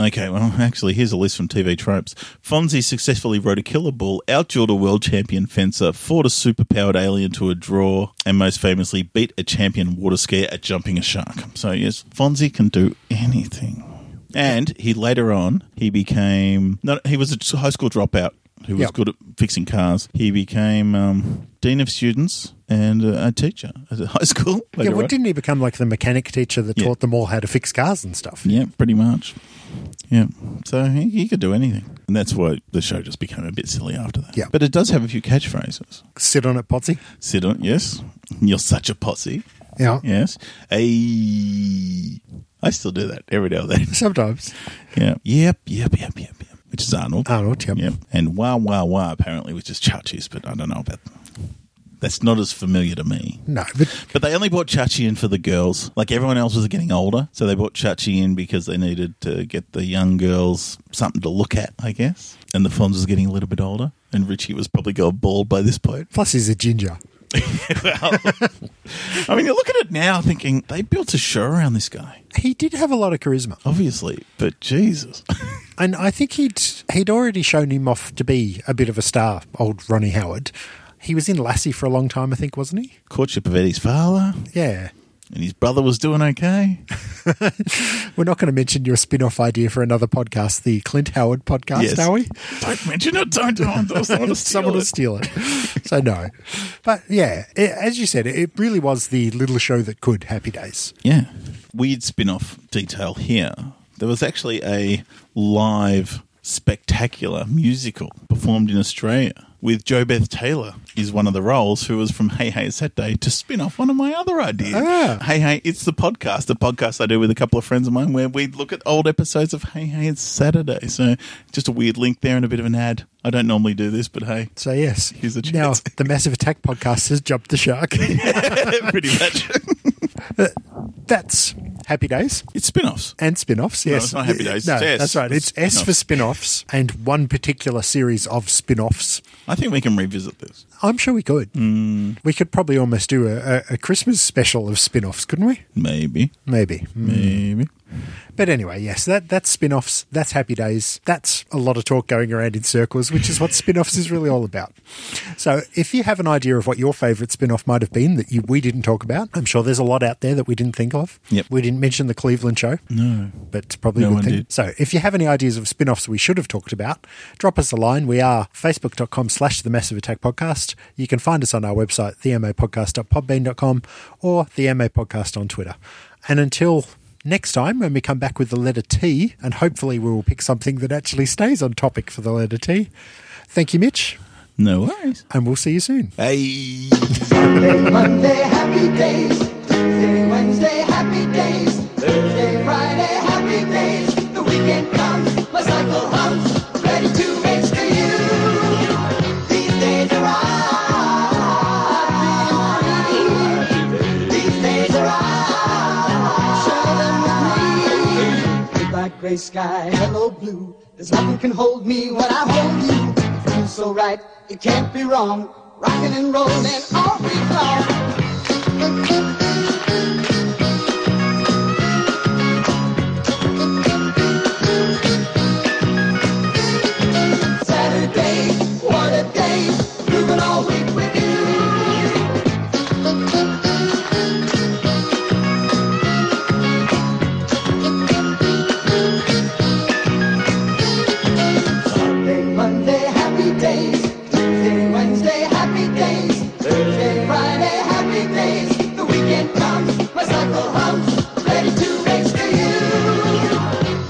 [SPEAKER 1] Okay, well, actually, here's a list from TV tropes. Fonzie successfully rode a killer bull, outdueled a world champion fencer, fought a superpowered alien to a draw, and most famously beat a champion water skier at jumping a shark. So yes, Fonzie can do anything. And he later on he became no, he was a high school dropout who was
[SPEAKER 2] Yep.
[SPEAKER 1] good at fixing cars. He became um, dean of students and uh, a teacher at a high school.
[SPEAKER 2] Yeah,
[SPEAKER 1] later
[SPEAKER 2] well,
[SPEAKER 1] on.
[SPEAKER 2] didn't he become like the mechanic teacher that
[SPEAKER 1] Yeah.
[SPEAKER 2] taught them all how to fix cars and stuff?
[SPEAKER 1] Yeah, pretty much. Yeah. So he, he could do anything. And that's why the show just became a bit silly after that.
[SPEAKER 2] Yeah.
[SPEAKER 1] But it does have a few catchphrases.
[SPEAKER 2] Sit on it, Potsy.
[SPEAKER 1] Sit on, yes. You're such a posse.
[SPEAKER 2] Yeah.
[SPEAKER 1] Yes. Ay. I still do that every now and then.
[SPEAKER 2] Sometimes.
[SPEAKER 1] Yeah. Yep, yep, yep, yep, yep. Which is Arnold.
[SPEAKER 2] Arnold, yep.
[SPEAKER 1] Yep. And wah, wah, wah, apparently, which is Chachi's, but I don't know about That's not as familiar to me.
[SPEAKER 2] No, but
[SPEAKER 1] But they only brought Chachi in for the girls. Like everyone else was getting older, so they brought Chachi in because they needed to get the young girls something to look at, I guess. And the Fonz was getting a little bit older, and Richie was probably going bald by this point.
[SPEAKER 2] plus he's a ginger.
[SPEAKER 1] well, I mean, you look at it now, thinking they built a show around this guy,
[SPEAKER 2] He did have a lot of charisma,
[SPEAKER 1] obviously. But Jesus,
[SPEAKER 2] and I think he'd he'd already shown him off to be a bit of a star. Old Ronnie Howard. He was in Lassie for a long time, I think, wasn't he?
[SPEAKER 1] courtship of Eddie's father,
[SPEAKER 2] Yeah.
[SPEAKER 1] and his brother was doing okay.
[SPEAKER 2] We're not going to mention your spin-off idea for another podcast, the Clint Howard podcast,
[SPEAKER 1] Yes.
[SPEAKER 2] are we?
[SPEAKER 1] Don't mention it. Don't. don't, don't someone will steal
[SPEAKER 2] Someone will
[SPEAKER 1] it.
[SPEAKER 2] steal it. so no, but yeah, i as you said, it really was the little show that could. Happy Days.
[SPEAKER 1] Yeah. Weird spin off detail here. There was actually a live spectacular musical performed in Australia with Jo Beth Taylor is one of the roles who was from Hey Hey It's That Day to spin off one of my other ideas.
[SPEAKER 2] Ah.
[SPEAKER 1] Hey Hey It's the podcast, the podcast I do with a couple of friends of mine where we look at old episodes of Hey Hey It's Saturday. So just a weird link there and a bit of an ad. I don't normally do this, but hey,
[SPEAKER 2] So yes,
[SPEAKER 1] Here's a
[SPEAKER 2] now
[SPEAKER 1] chance.
[SPEAKER 2] the Massive Attack podcast has jumped the shark.
[SPEAKER 1] pretty much.
[SPEAKER 2] That's Happy Days
[SPEAKER 1] it's spin-offs.
[SPEAKER 2] and spin-offs. Yes,
[SPEAKER 1] it's not Happy Days,
[SPEAKER 2] No,
[SPEAKER 1] it's S.
[SPEAKER 2] that's right. It's, S
[SPEAKER 1] Spin-off.
[SPEAKER 2] for spin-offs and one particular series of spin-offs.
[SPEAKER 1] I think we can revisit this.
[SPEAKER 2] I'm sure we could.
[SPEAKER 1] Hmm.
[SPEAKER 2] We could probably almost do a, a, a Christmas special of spin-offs, couldn't we?
[SPEAKER 1] Maybe.
[SPEAKER 2] Maybe.
[SPEAKER 1] Maybe.
[SPEAKER 2] But anyway, yes, that that's spin-offs. That's happy days. That's a lot of talk going around in circles, which is what spin-offs is really all about. So, if you have an idea of what your favorite spin-off might have been that you, we didn't talk about, I'm sure there's a lot out there that we didn't think of.
[SPEAKER 1] Yep.
[SPEAKER 2] We didn't mention the Cleveland show. No. But it's probably
[SPEAKER 1] No
[SPEAKER 2] a good
[SPEAKER 1] one
[SPEAKER 2] thing.
[SPEAKER 1] did.
[SPEAKER 2] So, if you have any ideas of spin-offs we should have talked about, drop us a line. We are facebook.com slash the Massive Attack Podcast. You can find us on our website, themapodcast.podbean.com or the MA Podcast on Twitter. And until next time, when we come back with the letter T, and hopefully we will pick something that actually stays on topic for the letter T. Thank you, Mitch,
[SPEAKER 1] No worries.
[SPEAKER 2] and we'll see you soon.
[SPEAKER 1] Hey.
[SPEAKER 3] Make Monday happy days. Say Wednesday happy days. Thursday, Friday happy days. The weekend comes, my cycle hums, ready to race to you. These days are ours. These days are ours. Share them with me. Goodbye gray sky, hello blue. There's nothing can hold me when I hold you. Feels so right, it can't be wrong. Rockin' and rollin' all week long. Saturday, what a day, moving all week with you. Sunday, Monday, happy days. Tuesday, Wednesday, happy days. Thursday, Friday, happy days. The weekend comes, my cycle hums, ready to race to you.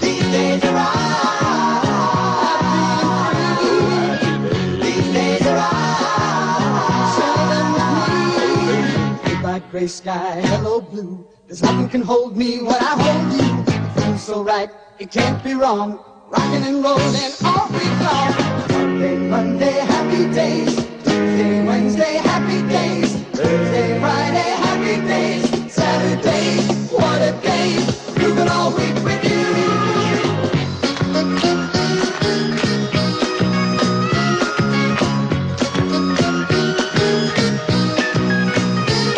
[SPEAKER 3] These days are ours. These days are ours. Share them with me. Goodbye, gray sky, hello blue. There's nothing can hold me when I hold you. Feels so right, it can't be wrong. Rockin' and rollin' all week long. Monday, Monday, happy days. Tuesday, Wednesday, happy days. Thursday, Friday, happy days. Saturday, what a day. Moving all week with you.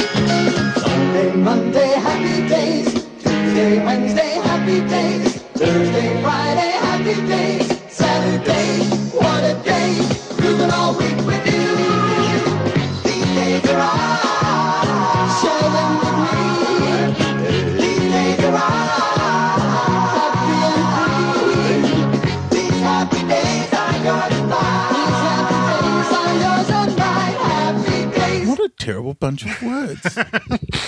[SPEAKER 3] Sunday, Monday, happy days. Tuesday, Wednesday, happy days. Thursday, Friday, happy days. Saturday, what a day. Moving all week with you. These days are ours. Share them with me. These days are ours. Happy and free. These happy days are yours and mine. These happy days are yours and mine. Happy days.
[SPEAKER 1] What a terrible bunch of words.